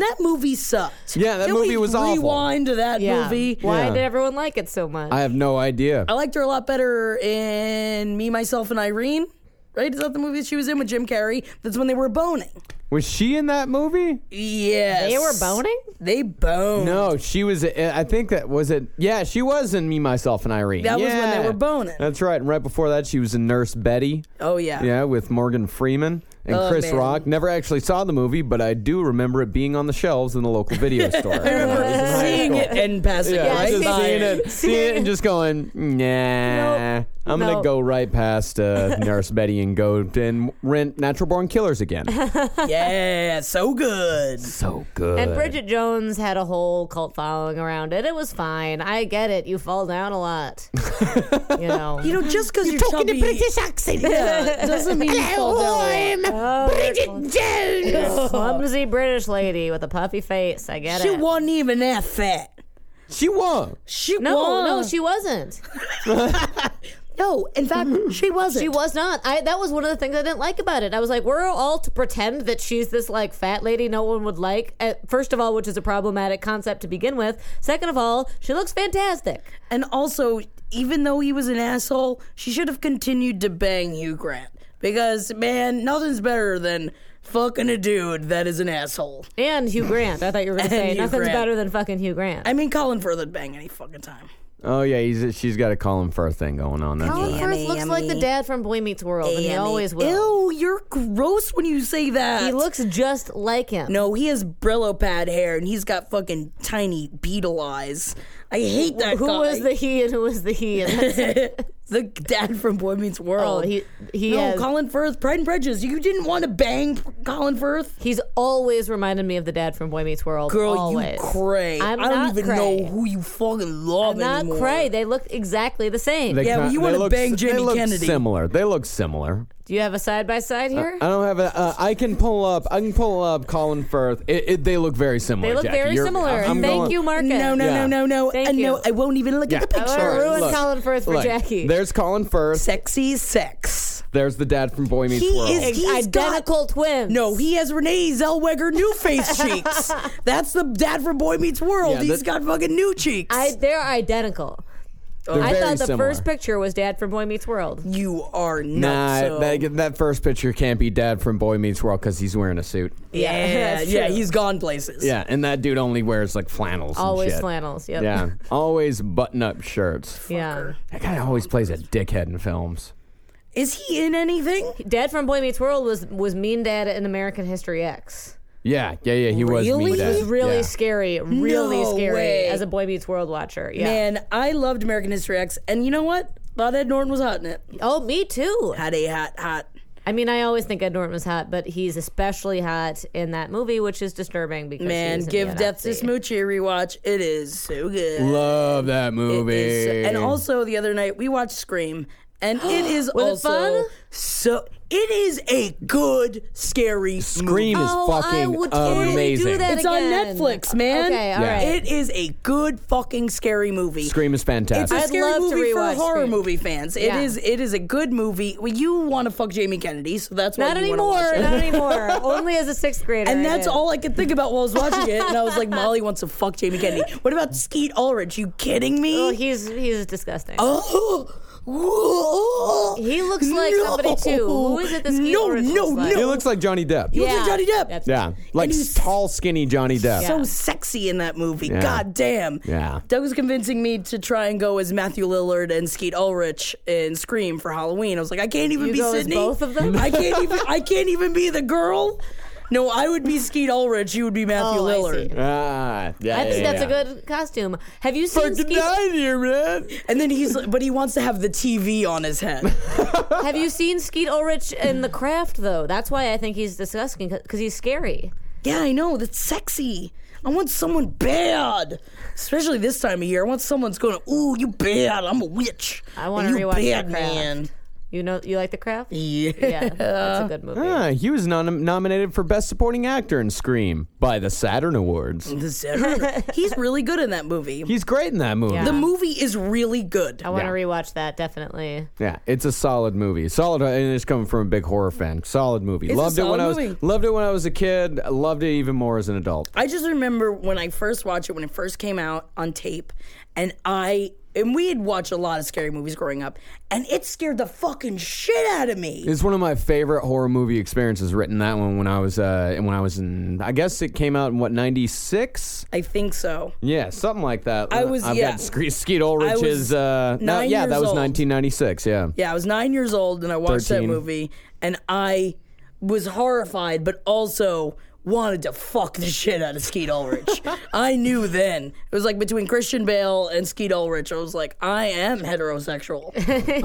[SPEAKER 2] that movie sucked.
[SPEAKER 3] Yeah, that
[SPEAKER 2] Can
[SPEAKER 3] movie
[SPEAKER 2] we
[SPEAKER 3] was awful.
[SPEAKER 2] Rewind to that
[SPEAKER 1] Yeah.
[SPEAKER 2] movie.
[SPEAKER 1] Why
[SPEAKER 3] Yeah.
[SPEAKER 1] did everyone like it so much?
[SPEAKER 3] I have no idea.
[SPEAKER 2] I liked her a lot better in Me, Myself, and Irene. Right? Is that the movie she was in with Jim Carrey? That's when they were boning.
[SPEAKER 3] Was she in that movie?
[SPEAKER 2] Yes.
[SPEAKER 1] they were boning.
[SPEAKER 2] They boned.
[SPEAKER 3] No, she was. uh, I think that was it. Yeah, she was in Me, Myself, and Irene.
[SPEAKER 2] That was when they
[SPEAKER 3] Yeah.
[SPEAKER 2] were boning.
[SPEAKER 3] That's right. And right before that, she was in Nurse Betty.
[SPEAKER 2] Oh, yeah.
[SPEAKER 3] Yeah, with Morgan Freeman and
[SPEAKER 2] Oh,
[SPEAKER 3] Chris
[SPEAKER 2] man.
[SPEAKER 3] Rock. Never actually saw the movie, but I do remember it being on the shelves in the
[SPEAKER 2] <laughs>
[SPEAKER 3] local video store. I
[SPEAKER 2] Seeing it and passing
[SPEAKER 3] Yeah,
[SPEAKER 2] it.
[SPEAKER 3] just
[SPEAKER 2] right?
[SPEAKER 3] seeing it, seeing it, and just going, nah.
[SPEAKER 1] Nope,
[SPEAKER 3] nah, I'm
[SPEAKER 1] No.
[SPEAKER 3] gonna go right past
[SPEAKER 2] <laughs>
[SPEAKER 3] uh, Nurse Betty and go and rent Natural Born Killers again.
[SPEAKER 2] <laughs> <laughs> yeah, so good.
[SPEAKER 3] so good.
[SPEAKER 1] And Bridget Jones had a whole cult following around it. It was fine. I get it. You fall down a lot. you know.
[SPEAKER 2] You know, just because you're, chubby
[SPEAKER 3] accent.
[SPEAKER 2] yeah, doesn't mean you fall
[SPEAKER 1] <laughs>
[SPEAKER 2] down.
[SPEAKER 1] Bridget
[SPEAKER 3] Jones.
[SPEAKER 1] Clumsy British lady with a puffy face. I get
[SPEAKER 2] She
[SPEAKER 1] it.
[SPEAKER 2] wasn't even that fat.
[SPEAKER 3] She won.
[SPEAKER 2] She
[SPEAKER 1] no,
[SPEAKER 2] was.
[SPEAKER 1] no, she wasn't.
[SPEAKER 2] no. In fact,
[SPEAKER 1] Mm-hmm.
[SPEAKER 2] she wasn't.
[SPEAKER 1] She was not. I that was one of the things I didn't like about it. I was like, we're all to pretend that she's this like fat lady no one would like. Uh, First of all, which is a problematic concept to begin with. Second of all, she looks fantastic.
[SPEAKER 2] And also, even though he was an asshole, she should have continued to bang Hugh Grant because man, nothing's better than fucking a dude that is an asshole.
[SPEAKER 1] <laughs> And Hugh Grant. I thought you were going to
[SPEAKER 2] And
[SPEAKER 1] say
[SPEAKER 2] Hugh
[SPEAKER 1] nothing's
[SPEAKER 2] Grant.
[SPEAKER 1] better than fucking Hugh Grant.
[SPEAKER 2] I mean, Colin Firth would bang any fucking time.
[SPEAKER 3] Oh yeah, he's, she's got a Colin Firth thing going on. That's
[SPEAKER 1] Colin
[SPEAKER 3] right.
[SPEAKER 1] Firth looks like the dad from Boy Meets World, and he always will.
[SPEAKER 2] Ew, you're gross when you say that.
[SPEAKER 1] He looks just like him.
[SPEAKER 2] No, he has Brillo pad hair and he's got fucking tiny beetle eyes. I hate that
[SPEAKER 1] Who
[SPEAKER 2] guy.
[SPEAKER 1] was the he and who was the he? And <laughs> that's-
[SPEAKER 2] the dad from Boy Meets
[SPEAKER 1] oh,
[SPEAKER 2] World?
[SPEAKER 1] he he
[SPEAKER 2] no,
[SPEAKER 1] has,
[SPEAKER 2] Colin Firth, Pride and Prejudice. You didn't want to bang Colin Firth.
[SPEAKER 1] he's always reminded me of the dad from Boy Meets World.
[SPEAKER 2] Girl,
[SPEAKER 1] always.
[SPEAKER 2] you cray.
[SPEAKER 1] I'm
[SPEAKER 2] I do
[SPEAKER 1] not
[SPEAKER 2] not even
[SPEAKER 1] cray.
[SPEAKER 2] know who you fucking love
[SPEAKER 1] I'm not
[SPEAKER 2] anymore.
[SPEAKER 1] cray. They look exactly the same.
[SPEAKER 3] They
[SPEAKER 2] Yeah,
[SPEAKER 3] kin-
[SPEAKER 2] well, you
[SPEAKER 3] they
[SPEAKER 2] wanna
[SPEAKER 3] look
[SPEAKER 2] bang
[SPEAKER 3] s-
[SPEAKER 2] Jamie
[SPEAKER 3] they look
[SPEAKER 2] Kennedy.
[SPEAKER 3] Similar. They look similar.
[SPEAKER 1] Do you have a side by side here?
[SPEAKER 3] I don't have a. Uh, I can pull up. I can pull up Colin Firth. It, it, they look very similar.
[SPEAKER 1] they look
[SPEAKER 3] Jackie.
[SPEAKER 1] very
[SPEAKER 3] You're-
[SPEAKER 1] similar.
[SPEAKER 3] I'm
[SPEAKER 1] Thank
[SPEAKER 3] going-
[SPEAKER 1] you, Marcus.
[SPEAKER 2] No, no, no,
[SPEAKER 3] Yeah.
[SPEAKER 2] no, no.
[SPEAKER 1] Thank
[SPEAKER 2] and
[SPEAKER 1] you.
[SPEAKER 2] no, I won't even look
[SPEAKER 3] Yeah.
[SPEAKER 2] at the
[SPEAKER 1] I
[SPEAKER 2] picture.
[SPEAKER 1] want to ruin
[SPEAKER 3] look,
[SPEAKER 1] Colin Firth for
[SPEAKER 3] look,
[SPEAKER 1] Jackie.
[SPEAKER 3] There's Colin Firth.
[SPEAKER 2] Sexy sex.
[SPEAKER 3] There's the dad from Boy Meets
[SPEAKER 2] He
[SPEAKER 3] World.
[SPEAKER 2] is-
[SPEAKER 1] Ex-
[SPEAKER 2] he's got-
[SPEAKER 1] identical twins.
[SPEAKER 2] No, he has Renee Zellweger new
[SPEAKER 1] <laughs>
[SPEAKER 2] face cheeks. That's the dad from Boy Meets World.
[SPEAKER 3] Yeah,
[SPEAKER 2] He's
[SPEAKER 3] that-
[SPEAKER 2] got fucking new cheeks.
[SPEAKER 1] I, they're identical.
[SPEAKER 3] They're
[SPEAKER 1] I
[SPEAKER 3] very
[SPEAKER 1] thought the
[SPEAKER 3] similar.
[SPEAKER 1] first picture was Dad from Boy Meets World.
[SPEAKER 2] you are
[SPEAKER 3] Nah,
[SPEAKER 2] nuts. so-
[SPEAKER 3] that, that first picture can't be dad from Boy Meets World because he's wearing a suit.
[SPEAKER 2] yeah,
[SPEAKER 1] that's
[SPEAKER 2] yeah,
[SPEAKER 1] true.
[SPEAKER 2] he's gone places.
[SPEAKER 3] Yeah, and that dude only wears like flannels. and
[SPEAKER 1] Always
[SPEAKER 3] shit.
[SPEAKER 1] flannels. Yep.
[SPEAKER 3] Yeah,
[SPEAKER 1] <laughs>
[SPEAKER 3] always button-up shirts.
[SPEAKER 1] Yeah.
[SPEAKER 3] That guy always plays a dickhead in films.
[SPEAKER 2] Is he in anything?
[SPEAKER 1] Dad from Boy Meets World was was Mean Dad in American History X.
[SPEAKER 3] Yeah, yeah, yeah. He was
[SPEAKER 2] Really?
[SPEAKER 3] mean
[SPEAKER 2] Which
[SPEAKER 1] It
[SPEAKER 3] dad.
[SPEAKER 1] was really
[SPEAKER 3] yeah.
[SPEAKER 1] scary, really
[SPEAKER 2] No
[SPEAKER 1] scary
[SPEAKER 2] way.
[SPEAKER 1] as a Boy Meets World watcher. Yeah.
[SPEAKER 2] Man, I loved American History X, and you know what? Thought Ed Norton was hot in it.
[SPEAKER 1] Oh, me too.
[SPEAKER 2] Had a hot, hot.
[SPEAKER 1] I mean, I always think Ed Norton was hot, but he's especially hot in that movie, which is disturbing because
[SPEAKER 2] Man,
[SPEAKER 1] he's in
[SPEAKER 2] give
[SPEAKER 1] the
[SPEAKER 2] Death to
[SPEAKER 1] autopsy.
[SPEAKER 2] Smoochie a rewatch. It is so good.
[SPEAKER 3] Love that movie.
[SPEAKER 2] It's- and also the other night we watched Scream,
[SPEAKER 1] <gasps>
[SPEAKER 2] and it is
[SPEAKER 1] Was it
[SPEAKER 2] also
[SPEAKER 1] fun?
[SPEAKER 2] so. It is a good scary
[SPEAKER 3] Scream
[SPEAKER 2] Movie.
[SPEAKER 3] is
[SPEAKER 1] Oh, I
[SPEAKER 3] fucking
[SPEAKER 1] would totally
[SPEAKER 3] amazing.
[SPEAKER 1] do that
[SPEAKER 2] It's on
[SPEAKER 1] again.
[SPEAKER 2] Netflix, man.
[SPEAKER 1] Okay, all
[SPEAKER 3] Yeah.
[SPEAKER 1] right.
[SPEAKER 2] It is a good fucking scary movie.
[SPEAKER 3] Scream is
[SPEAKER 2] It's
[SPEAKER 3] fantastic.
[SPEAKER 2] a
[SPEAKER 1] I'd
[SPEAKER 2] scary
[SPEAKER 1] love to
[SPEAKER 2] movie for
[SPEAKER 1] rewatch
[SPEAKER 2] horror
[SPEAKER 1] Scream.
[SPEAKER 2] movie fans. It
[SPEAKER 1] Yeah.
[SPEAKER 2] is. It is a good movie. Well, you want to fuck Jamie Kennedy, so that's why
[SPEAKER 1] not
[SPEAKER 2] you
[SPEAKER 1] anymore.
[SPEAKER 2] Want to watch <laughs> it.
[SPEAKER 1] Not anymore. Only as a sixth grader. Oh,
[SPEAKER 2] And
[SPEAKER 1] I
[SPEAKER 2] that's
[SPEAKER 1] did.
[SPEAKER 2] all I could think about while I was watching it. And I
[SPEAKER 1] <laughs>
[SPEAKER 2] was like, Molly wants to fuck Jamie Kennedy. What about Skeet Ulrich? You Oh, kidding me?
[SPEAKER 1] Well, he's he's disgusting.
[SPEAKER 2] he
[SPEAKER 1] Oh,
[SPEAKER 2] <gasps>
[SPEAKER 1] He looks like somebody, too. Who is it that Skeet
[SPEAKER 2] No,
[SPEAKER 1] Ulrich
[SPEAKER 2] no,
[SPEAKER 1] looks like?
[SPEAKER 3] He
[SPEAKER 2] no.
[SPEAKER 3] looks like Johnny Depp.
[SPEAKER 2] He looks
[SPEAKER 1] Yeah.
[SPEAKER 2] like Johnny Depp.
[SPEAKER 1] That's-
[SPEAKER 3] Yeah, like
[SPEAKER 2] And he's-
[SPEAKER 3] tall, skinny Johnny Depp.
[SPEAKER 2] So sexy in that movie.
[SPEAKER 3] Yeah.
[SPEAKER 2] God damn.
[SPEAKER 3] Yeah.
[SPEAKER 2] Doug was convincing me to try and go as Matthew Lillard and Skeet Ulrich in Scream for Halloween. I was like, I can't even
[SPEAKER 1] You
[SPEAKER 2] be
[SPEAKER 1] go as
[SPEAKER 2] Sydney.
[SPEAKER 1] both of them?
[SPEAKER 2] I can't
[SPEAKER 1] <laughs>
[SPEAKER 2] even. I can't even be the girl. No, I would be Skeet Ulrich. You would be Matthew
[SPEAKER 1] Oh, I
[SPEAKER 2] Lillard.
[SPEAKER 1] see.
[SPEAKER 3] Ah, yeah,
[SPEAKER 1] I think
[SPEAKER 3] yeah,
[SPEAKER 1] that's
[SPEAKER 3] yeah.
[SPEAKER 1] a good costume. Have you seen
[SPEAKER 3] Fucking
[SPEAKER 1] Skeet?
[SPEAKER 3] night here, man.
[SPEAKER 2] And then he's, but he wants to have the TV on his head. <laughs>
[SPEAKER 1] Have you seen Skeet Ulrich in The Craft though? That's why I think he's disgusting because he's scary.
[SPEAKER 2] yeah, I know. That's sexy. I want someone bad, especially this time of year. I want someone's going, "Ooh, you bad. I'm a witch.
[SPEAKER 1] I wanna
[SPEAKER 2] You
[SPEAKER 1] rewatch The
[SPEAKER 2] bad,
[SPEAKER 1] Craft.
[SPEAKER 2] man."
[SPEAKER 1] You know, you like The Craft?
[SPEAKER 2] Yeah. <laughs>
[SPEAKER 1] Yeah, that's a good movie.
[SPEAKER 3] Ah, he was nom- nominated for Best Supporting Actor in Scream by the Saturn Awards.
[SPEAKER 2] The Saturn. he's really good in that movie.
[SPEAKER 3] He's great in that movie.
[SPEAKER 1] Yeah.
[SPEAKER 2] The movie is really good.
[SPEAKER 1] I want to
[SPEAKER 3] Yeah.
[SPEAKER 1] rewatch that definitely.
[SPEAKER 3] Yeah, it's a solid movie. Solid, and it's coming from a big horror fan. Solid movie.
[SPEAKER 2] a
[SPEAKER 3] loved it when
[SPEAKER 2] solid
[SPEAKER 3] I was
[SPEAKER 2] movie.
[SPEAKER 3] loved it when I was a kid. Loved it even more as an adult.
[SPEAKER 2] I just remember when I first watched it when it first came out on tape, and I and we had watched a lot of scary movies growing up, and it scared the fucking shit out of me.
[SPEAKER 3] It's one of my favorite horror movie experiences. Written that one when I was uh, when I was in. I guess it came out in what ninety six.
[SPEAKER 2] I think so.
[SPEAKER 3] Yeah, something like that.
[SPEAKER 2] I was-
[SPEAKER 3] I've
[SPEAKER 2] yeah.
[SPEAKER 3] got Ske- Skeet Ulrich's.
[SPEAKER 2] I was
[SPEAKER 3] uh, no,
[SPEAKER 2] nine
[SPEAKER 3] yeah,
[SPEAKER 2] years
[SPEAKER 3] that was
[SPEAKER 2] old.
[SPEAKER 3] nineteen ninety six. Yeah.
[SPEAKER 2] Yeah, I was nine years old and I watched
[SPEAKER 3] 13.
[SPEAKER 2] that movie, and I was horrified, but also wanted to fuck the shit out of Skeet
[SPEAKER 1] <laughs>
[SPEAKER 2] Ulrich. I knew then. It was like between Christian Bale and Skeet Ulrich. I was like, I am heterosexual.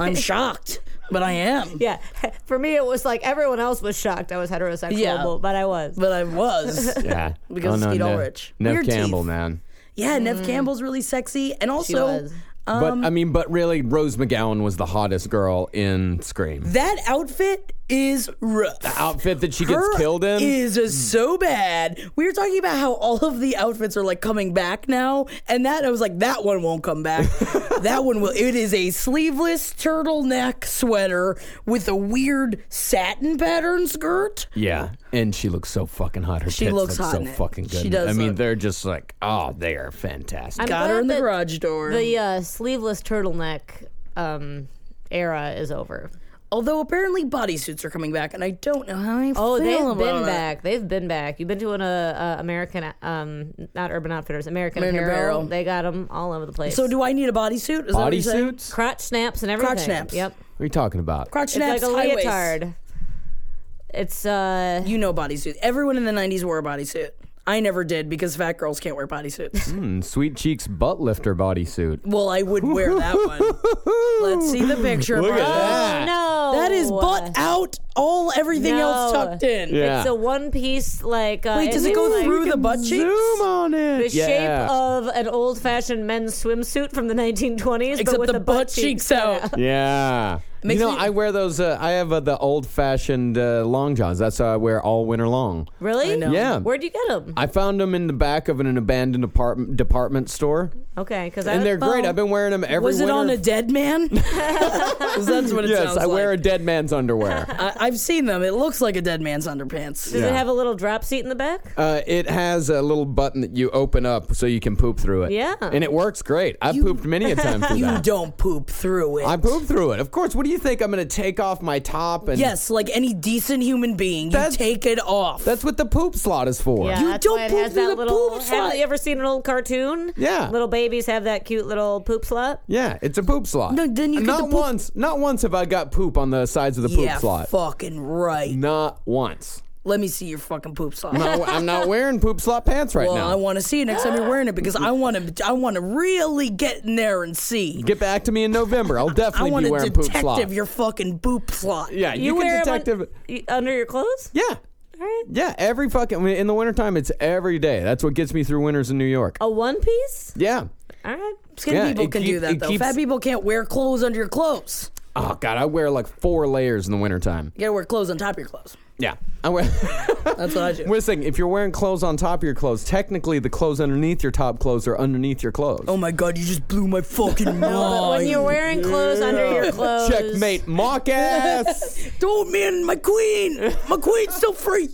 [SPEAKER 1] <laughs>
[SPEAKER 2] I'm shocked, but I am.
[SPEAKER 1] Yeah, <laughs> for me it was like everyone else was shocked. I was heterosexual,
[SPEAKER 2] Yeah.
[SPEAKER 1] but, but I was.
[SPEAKER 2] But
[SPEAKER 1] <laughs>
[SPEAKER 2] I was. <laughs>
[SPEAKER 3] Yeah. Oh,
[SPEAKER 2] Because of Skeet Ulrich.
[SPEAKER 3] Nev,
[SPEAKER 2] Weird
[SPEAKER 3] Campbell,
[SPEAKER 2] teeth.
[SPEAKER 3] man.
[SPEAKER 2] Yeah, Nev Campbell's really sexy, and also
[SPEAKER 1] Mm. was.
[SPEAKER 2] Um,
[SPEAKER 3] but I mean, but really, Rose McGowan was the hottest girl in Scream.
[SPEAKER 2] that outfit is rough. The
[SPEAKER 3] Outfit that she gets killed in.
[SPEAKER 2] is just so bad. We were talking about how all of the outfits are like coming back now, and that I was like, that one won't come
[SPEAKER 3] <laughs>
[SPEAKER 2] back. that one will. It is a sleeveless turtleneck sweater with a weird satin pattern skirt.
[SPEAKER 3] yeah, and she looks so fucking hot. Her
[SPEAKER 2] She
[SPEAKER 3] tits
[SPEAKER 2] looks
[SPEAKER 3] look
[SPEAKER 2] hot
[SPEAKER 3] so
[SPEAKER 2] in it.
[SPEAKER 3] fucking good.
[SPEAKER 2] She does
[SPEAKER 3] I mean,
[SPEAKER 2] look-
[SPEAKER 3] they're just like, oh, they are fantastic.
[SPEAKER 1] I'm
[SPEAKER 2] Got her
[SPEAKER 1] glad
[SPEAKER 2] in the
[SPEAKER 1] that
[SPEAKER 2] garage door.
[SPEAKER 1] The uh, sleeveless turtleneck um, era is over.
[SPEAKER 2] Although apparently bodysuits are coming back, and I don't know how I
[SPEAKER 1] Oh,
[SPEAKER 2] feel
[SPEAKER 1] they've
[SPEAKER 2] about
[SPEAKER 1] been
[SPEAKER 2] it.
[SPEAKER 1] back. They've been back. You've been to an uh, uh, American, um, not Urban Outfitters, American,
[SPEAKER 2] American
[SPEAKER 1] Apparel.
[SPEAKER 2] Apparel.
[SPEAKER 1] They got them all over the place.
[SPEAKER 2] So do I need a bodysuit? Is that what you're saying?
[SPEAKER 3] Bodysuits? What
[SPEAKER 1] crotch snaps and everything.
[SPEAKER 2] snaps.
[SPEAKER 1] Yep.
[SPEAKER 3] are you talking about?
[SPEAKER 2] Crotch snaps,
[SPEAKER 1] it's like a
[SPEAKER 2] high waist.
[SPEAKER 1] leotard. It's uh,
[SPEAKER 2] You know bodysuit. Everyone in the 90s wore a bodysuit. I never did because fat girls can't wear bodysuits.
[SPEAKER 3] Mm, Sweet Cheeks butt lifter bodysuit.
[SPEAKER 2] well, I would wear that one. Let's see the picture.
[SPEAKER 3] Look at
[SPEAKER 2] Brian.
[SPEAKER 3] that.
[SPEAKER 1] no,
[SPEAKER 2] Ah. That is butt out, all everything else
[SPEAKER 1] No.
[SPEAKER 2] tucked in.
[SPEAKER 3] Yeah.
[SPEAKER 1] It's a one piece like. Uh,
[SPEAKER 2] Wait,
[SPEAKER 1] it
[SPEAKER 2] does it go
[SPEAKER 1] looks like
[SPEAKER 2] through the butt cheeks?
[SPEAKER 3] Zoom on it.
[SPEAKER 1] The
[SPEAKER 3] yeah.
[SPEAKER 1] shape of an old fashioned men's swimsuit from the 1920s,
[SPEAKER 2] Except
[SPEAKER 1] but with
[SPEAKER 2] the,
[SPEAKER 1] the
[SPEAKER 2] butt, cheeks out.
[SPEAKER 3] <laughs> Yeah.
[SPEAKER 2] Makes
[SPEAKER 3] you know,
[SPEAKER 2] me-
[SPEAKER 3] I wear those. Uh, I have uh, the old fashioned uh, long johns. That's how I wear all winter long.
[SPEAKER 1] Really?
[SPEAKER 2] know.
[SPEAKER 3] Yeah.
[SPEAKER 1] Where'd you get them?
[SPEAKER 3] I found them in the back of an, abandoned apartment department store,
[SPEAKER 1] Okay, because
[SPEAKER 3] and they're great. I've been wearing them every.
[SPEAKER 2] Was it
[SPEAKER 3] winter.
[SPEAKER 2] on a dead <laughs> man? 'Cause that's what it
[SPEAKER 3] Yes,
[SPEAKER 2] sounds
[SPEAKER 3] I wear a
[SPEAKER 2] like.
[SPEAKER 3] dead
[SPEAKER 2] <laughs>
[SPEAKER 3] man's underwear.
[SPEAKER 2] I, I've seen them. It looks like a dead man's underpants.
[SPEAKER 1] Does
[SPEAKER 3] Yeah.
[SPEAKER 1] it have a little drop seat in the back?
[SPEAKER 3] uh, it has a little button that you open up so you can poop through it.
[SPEAKER 1] Yeah.
[SPEAKER 3] and it works great. I've
[SPEAKER 2] <laughs>
[SPEAKER 3] pooped many a time through
[SPEAKER 2] You
[SPEAKER 3] that.
[SPEAKER 2] don't poop through it.
[SPEAKER 3] I poop through it. Of course. What do you think? I'm going to take off my top and
[SPEAKER 2] yes, like any decent human being, you
[SPEAKER 3] That's-
[SPEAKER 2] take it off.
[SPEAKER 3] That's what the poop slot is for.
[SPEAKER 1] Yeah,
[SPEAKER 2] You
[SPEAKER 1] that's
[SPEAKER 2] don't
[SPEAKER 1] why it
[SPEAKER 2] poop
[SPEAKER 1] has
[SPEAKER 2] through
[SPEAKER 1] that
[SPEAKER 2] the
[SPEAKER 1] little.
[SPEAKER 2] poop
[SPEAKER 1] Haven't
[SPEAKER 2] slot.
[SPEAKER 1] you ever seen an old cartoon?
[SPEAKER 3] Yeah.
[SPEAKER 1] Little babies have that cute little poop slot.
[SPEAKER 3] Yeah, it's a poop slot.
[SPEAKER 2] No, then you get
[SPEAKER 3] not
[SPEAKER 2] the poop-
[SPEAKER 3] once. Not once have I got poop on the sides of the poop
[SPEAKER 2] yeah,
[SPEAKER 3] slot.
[SPEAKER 2] fucking right.
[SPEAKER 3] Not once.
[SPEAKER 2] Let me see your fucking poop slot.
[SPEAKER 3] No, I'm not wearing poop slot pants right
[SPEAKER 2] Well,
[SPEAKER 3] now.
[SPEAKER 2] I want to see it next time you're wearing it because I want to. I want to really get in there and see.
[SPEAKER 3] Get back to me in November. I'll
[SPEAKER 2] <laughs> I
[SPEAKER 3] definitely
[SPEAKER 2] want
[SPEAKER 3] be
[SPEAKER 2] to
[SPEAKER 3] wearing poop
[SPEAKER 2] detective
[SPEAKER 3] slot.
[SPEAKER 2] your fucking poop slot.
[SPEAKER 3] yeah, you, can
[SPEAKER 1] wear 'em on-
[SPEAKER 3] detective.
[SPEAKER 1] y- under your clothes?
[SPEAKER 3] Yeah,
[SPEAKER 1] All right.
[SPEAKER 3] yeah. Every fucking I mean, in the wintertime, it's every day. That's what gets me through winters in New
[SPEAKER 2] Oh.
[SPEAKER 3] York.
[SPEAKER 1] A one piece?
[SPEAKER 3] Yeah.
[SPEAKER 1] All right.
[SPEAKER 2] Skinny
[SPEAKER 3] Yeah,
[SPEAKER 2] people
[SPEAKER 3] it
[SPEAKER 2] can
[SPEAKER 3] keep-
[SPEAKER 2] do
[SPEAKER 3] it
[SPEAKER 2] that though.
[SPEAKER 3] keeps-
[SPEAKER 2] Fat people can't wear clothes under your clothes.
[SPEAKER 3] Oh God, I wear like four layers in the wintertime.
[SPEAKER 2] You gotta wear clothes on top of your clothes.
[SPEAKER 3] Yeah, I wear. <laughs>
[SPEAKER 2] That's what I do.
[SPEAKER 3] We're saying if you're wearing clothes on top of your clothes, technically the clothes underneath your top clothes are underneath your clothes.
[SPEAKER 2] oh my god, you just blew my fucking
[SPEAKER 1] But
[SPEAKER 2] mind.
[SPEAKER 1] when you're wearing clothes under your clothes.
[SPEAKER 3] Oh, Checkmate,
[SPEAKER 2] <laughs>
[SPEAKER 3] mock ass.
[SPEAKER 2] Don't man, my queen, my queen's still free.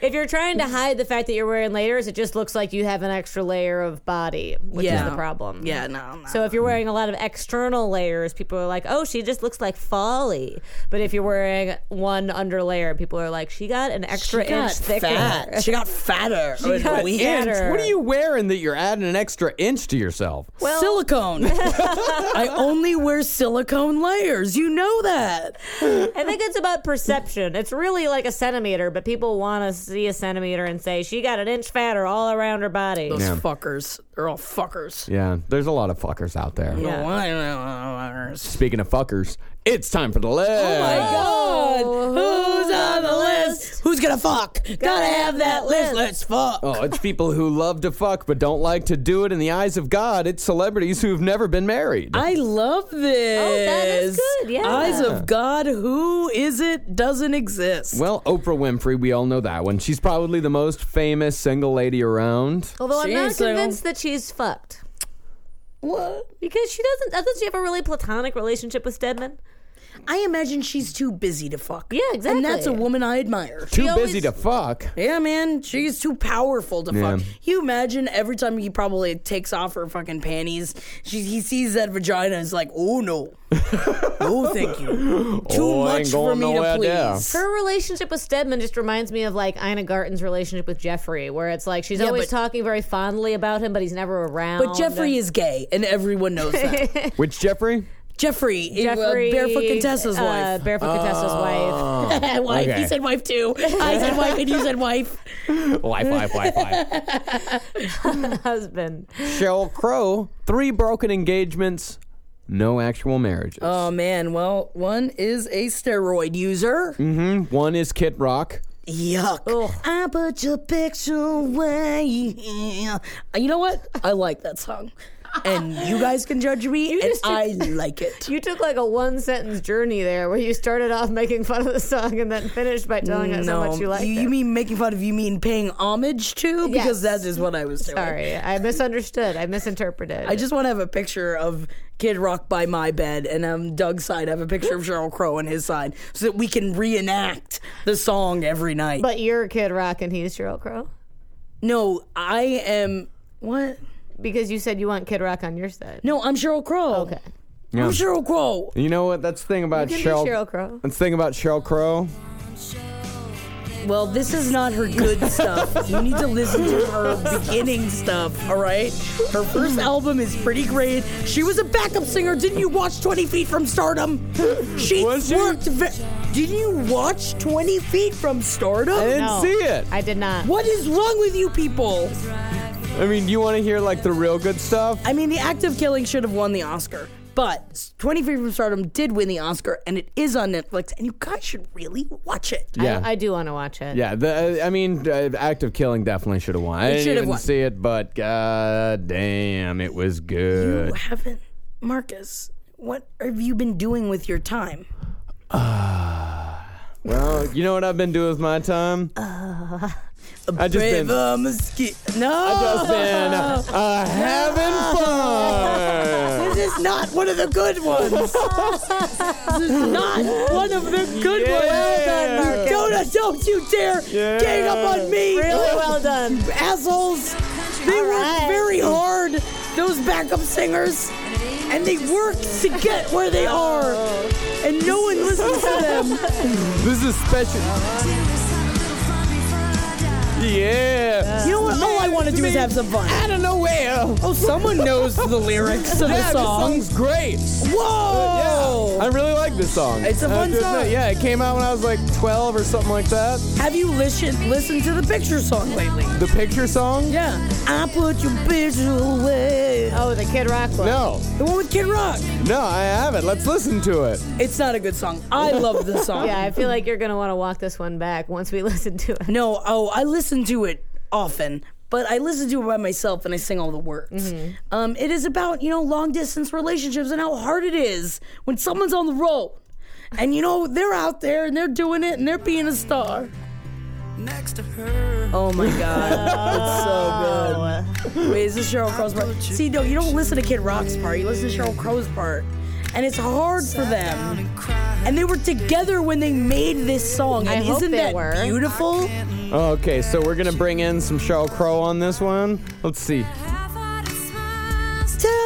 [SPEAKER 1] If you're trying to hide the fact that you're wearing layers, it just looks like you have an extra layer of body, which is the problem.
[SPEAKER 2] Yeah, no. no.
[SPEAKER 1] So if you're wearing a lot of external layers, people are like, "Oh, she just looks like folly." But if you're wearing one under layer, people are like, "She got an extra
[SPEAKER 2] she got
[SPEAKER 1] inch thicker." <laughs>
[SPEAKER 2] fat. She got fatter. She
[SPEAKER 1] got fatter.
[SPEAKER 3] Inch. What are you wearing that you're adding an extra inch to yourself?
[SPEAKER 1] <laughs>
[SPEAKER 2] silicone. <laughs> I only wear silicone layers. You know that.
[SPEAKER 1] I think it's about perception. It's really like a centimeter, but people want to see a centimeter and say she got an inch fatter all around her body.
[SPEAKER 2] Those
[SPEAKER 3] Yeah.
[SPEAKER 2] fuckers. They're all fuckers.
[SPEAKER 3] Yeah, there's a lot of fuckers out there.
[SPEAKER 1] Yeah.
[SPEAKER 3] Speaking of fuckers, it's time for the list.
[SPEAKER 2] God,
[SPEAKER 1] Oh,
[SPEAKER 2] who's on the list? Who's gonna fuck? Gotta have that
[SPEAKER 1] list.
[SPEAKER 2] list. Let's fuck.
[SPEAKER 3] Oh, it's people who love to fuck but don't like to do it in the eyes of God. It's celebrities who've never been married.
[SPEAKER 2] I love this.
[SPEAKER 1] Oh, is good, yeah.
[SPEAKER 2] Eyes of God, who is it? Doesn't exist.
[SPEAKER 3] well, Oprah Winfrey, we all know that one. She's probably the most famous single lady around.
[SPEAKER 1] Although I'm not
[SPEAKER 2] Seriously?
[SPEAKER 1] convinced that she's fucked
[SPEAKER 2] what?
[SPEAKER 1] because she doesn't. Doesn't she have a really platonic relationship with Stedman?
[SPEAKER 2] I imagine she's too busy to fuck.
[SPEAKER 1] Yeah,
[SPEAKER 2] And that's a
[SPEAKER 1] exactly.
[SPEAKER 2] woman I admire.
[SPEAKER 3] Too
[SPEAKER 1] always-
[SPEAKER 3] busy to fuck.
[SPEAKER 2] Yeah, man, she's too powerful to fuck. You imagine every time he probably takes off her fucking panties, she, he sees that vagina is like, oh
[SPEAKER 3] <laughs>
[SPEAKER 2] no, no, thank you, too
[SPEAKER 3] Oh, I ain't
[SPEAKER 2] much for
[SPEAKER 3] going
[SPEAKER 2] me to
[SPEAKER 3] nowhere there.
[SPEAKER 2] please.
[SPEAKER 1] Her relationship with Stedman just reminds me of like Ina Garten's relationship with Jeffrey, where it's like she's always
[SPEAKER 2] but-
[SPEAKER 1] talking very fondly about him, but he's never around. <laughs>
[SPEAKER 2] But Jeffrey is gay, and everyone knows that.
[SPEAKER 3] Which Jeffrey?
[SPEAKER 2] Jeffrey, uh,
[SPEAKER 1] Jeffrey,
[SPEAKER 2] Barefoot Contessa's
[SPEAKER 1] uh,
[SPEAKER 2] wife. Ah.
[SPEAKER 1] Barefoot Contessa's wife.
[SPEAKER 2] <laughs> wife.
[SPEAKER 3] Oh. okay.
[SPEAKER 2] He said wife <laughs> too. I said wife and you said wife.
[SPEAKER 3] Life, life, life, life.
[SPEAKER 1] <laughs> Husband.
[SPEAKER 3] Cheryl Crow, three broken engagements, no actual
[SPEAKER 2] <laughs>
[SPEAKER 3] marriages.
[SPEAKER 1] Um,
[SPEAKER 2] Oh man, well, one is a steroid user.
[SPEAKER 3] One is Kid Rock.
[SPEAKER 2] Yuck. I put your picture away. You know what? I like that song. And you guys can judge me, and
[SPEAKER 1] just-
[SPEAKER 2] I like <laughs> it.
[SPEAKER 1] You took like a one sentence journey there where you started off making fun of the song and then finished by telling us how much you liked
[SPEAKER 2] you,
[SPEAKER 1] it.
[SPEAKER 2] you mean making fun of? You mean paying homage to? Because
[SPEAKER 1] Yes.
[SPEAKER 2] that is what I was doing.
[SPEAKER 1] Sorry, I misunderstood. I misunterpreted.
[SPEAKER 2] I just want to have a picture of Kid Rock by my bed, and on Doug's side, I have a picture of Cheryl Crow on his side, so that we can reenact the song every night.
[SPEAKER 1] But you're Kid Rock and he's Cheryl Crow
[SPEAKER 2] no, I am what?
[SPEAKER 1] because you said you want Kid Rock on your side.
[SPEAKER 2] No, I'm Cheryl Crow.
[SPEAKER 1] Okay.
[SPEAKER 2] I'm Cheryl Crow.
[SPEAKER 3] You know what? That's the thing about
[SPEAKER 1] You can be
[SPEAKER 3] Cheryl.
[SPEAKER 1] Sheryl Crow.
[SPEAKER 3] That's the thing about Cheryl Crow.
[SPEAKER 2] Well, this is not her good stuff. You need to listen to her beginning stuff, all right? Her first album is pretty great. She was a backup singer. Didn't you watch 20 Feet from Stardom? She
[SPEAKER 3] Was she?
[SPEAKER 2] worked. Ve- Didn't you watch 20 Feet from Stardom?
[SPEAKER 3] I didn't
[SPEAKER 1] No,
[SPEAKER 3] see it.
[SPEAKER 1] I did not.
[SPEAKER 2] What is wrong with you people?
[SPEAKER 3] I mean, do you want to hear like the real good stuff?
[SPEAKER 2] I mean, The Act of Killing should have won the Oscar, but 20 Feet from Stardom did win the Oscar, and it is on Netflix, and you guys should really watch it.
[SPEAKER 3] yeah.
[SPEAKER 1] I, I do want to watch it.
[SPEAKER 3] yeah, the, I mean, uh, Act of Killing definitely should have won. I didn't
[SPEAKER 2] should have
[SPEAKER 3] even
[SPEAKER 2] won.
[SPEAKER 3] see it, but god damn, it was good.
[SPEAKER 2] You haven't, Marcus. What have you been doing with your time?
[SPEAKER 3] Well, you know what I've been doing with my time?
[SPEAKER 1] Oh.
[SPEAKER 3] I just been-
[SPEAKER 2] a mosquito. No,
[SPEAKER 3] Just been
[SPEAKER 1] <laughs>
[SPEAKER 3] uh, having fun.
[SPEAKER 2] this is not one of the good ones. this is not one of the good
[SPEAKER 3] Yeah. Well done,
[SPEAKER 2] ones. Don't, uh, don't you dare
[SPEAKER 3] Yeah.
[SPEAKER 2] gang up on me,
[SPEAKER 1] Really well done.
[SPEAKER 2] assholes. They
[SPEAKER 1] All
[SPEAKER 2] worked
[SPEAKER 1] right.
[SPEAKER 2] very hard. Those backup singers, and they worked to get where they are, and no one listens to them.
[SPEAKER 3] this is special. Yeah.
[SPEAKER 2] You know what? All I want to do is have some fun.
[SPEAKER 3] Out of nowhere.
[SPEAKER 2] Oh, someone knows the lyrics to the
[SPEAKER 3] <laughs> Yeah,
[SPEAKER 2] song.
[SPEAKER 3] this song's great.
[SPEAKER 2] Whoa!
[SPEAKER 3] Yeah, I really like this song.
[SPEAKER 2] It's a
[SPEAKER 3] I have
[SPEAKER 2] fun
[SPEAKER 3] to admit,
[SPEAKER 2] song.
[SPEAKER 3] Yeah, it came out when I was like 12 or something like that.
[SPEAKER 2] Have you listened listened to the picture song lately?
[SPEAKER 3] The picture song?
[SPEAKER 2] Yeah. I put your picture away.
[SPEAKER 1] Oh, the Kid Rock one.
[SPEAKER 3] No,
[SPEAKER 2] The one with Kid Rock.
[SPEAKER 3] no, I haven't. Let's listen to it.
[SPEAKER 2] It's not a good song. I love
[SPEAKER 1] <laughs>
[SPEAKER 2] the song.
[SPEAKER 1] Yeah, I feel like you're gonna want to walk this one back once we <laughs> listen to it.
[SPEAKER 2] <laughs> No, oh, I listen to it often, but I listen to it by myself and I sing all the words.
[SPEAKER 1] Mm-hmm.
[SPEAKER 2] Um, it is about, you know, long distance relationships and how hard it is when someone's on the road. And you know, they're out there and they're doing it and they're being a star.
[SPEAKER 4] next to her.
[SPEAKER 2] Oh my
[SPEAKER 1] <laughs>
[SPEAKER 2] god, it's so good. Wait, is this Cheryl Crow's part? See, no, you don't listen to Kid Rock's part. You listen to Cheryl Crow's part, and it's hard for them. And they were together when they made this song,
[SPEAKER 1] I
[SPEAKER 2] and
[SPEAKER 1] hope
[SPEAKER 2] isn't
[SPEAKER 1] they
[SPEAKER 2] that
[SPEAKER 1] were.
[SPEAKER 2] beautiful?
[SPEAKER 3] Okay, so we're gonna bring in some Cheryl Crow on this one. Let's see.
[SPEAKER 2] Tell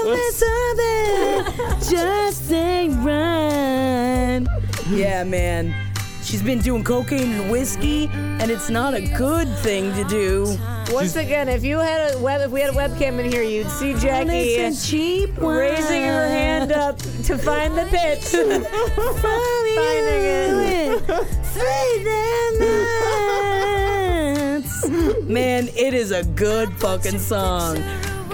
[SPEAKER 2] me
[SPEAKER 3] Let's-
[SPEAKER 2] something, just ain't right. Yeah, man. She's been doing cocaine and whiskey, and it's not a good thing to do.
[SPEAKER 1] Once again, if you had a web, if we had a webcam in here, you'd see Jackie
[SPEAKER 2] Honest and cheap
[SPEAKER 1] raising her
[SPEAKER 2] wine.
[SPEAKER 1] hand up to find the
[SPEAKER 3] <laughs>
[SPEAKER 1] pitch.
[SPEAKER 2] <laughs>
[SPEAKER 1] Finding it.
[SPEAKER 2] Man, it is a good fucking song.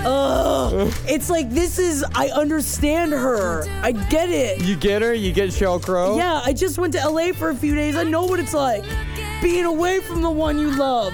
[SPEAKER 2] Ugh. It's like this is I understand her. I get it.
[SPEAKER 3] You get her? You get Cheryl Crow?
[SPEAKER 2] Yeah, I just went to LA for a few days. I know what it's like. Being away from the one you love.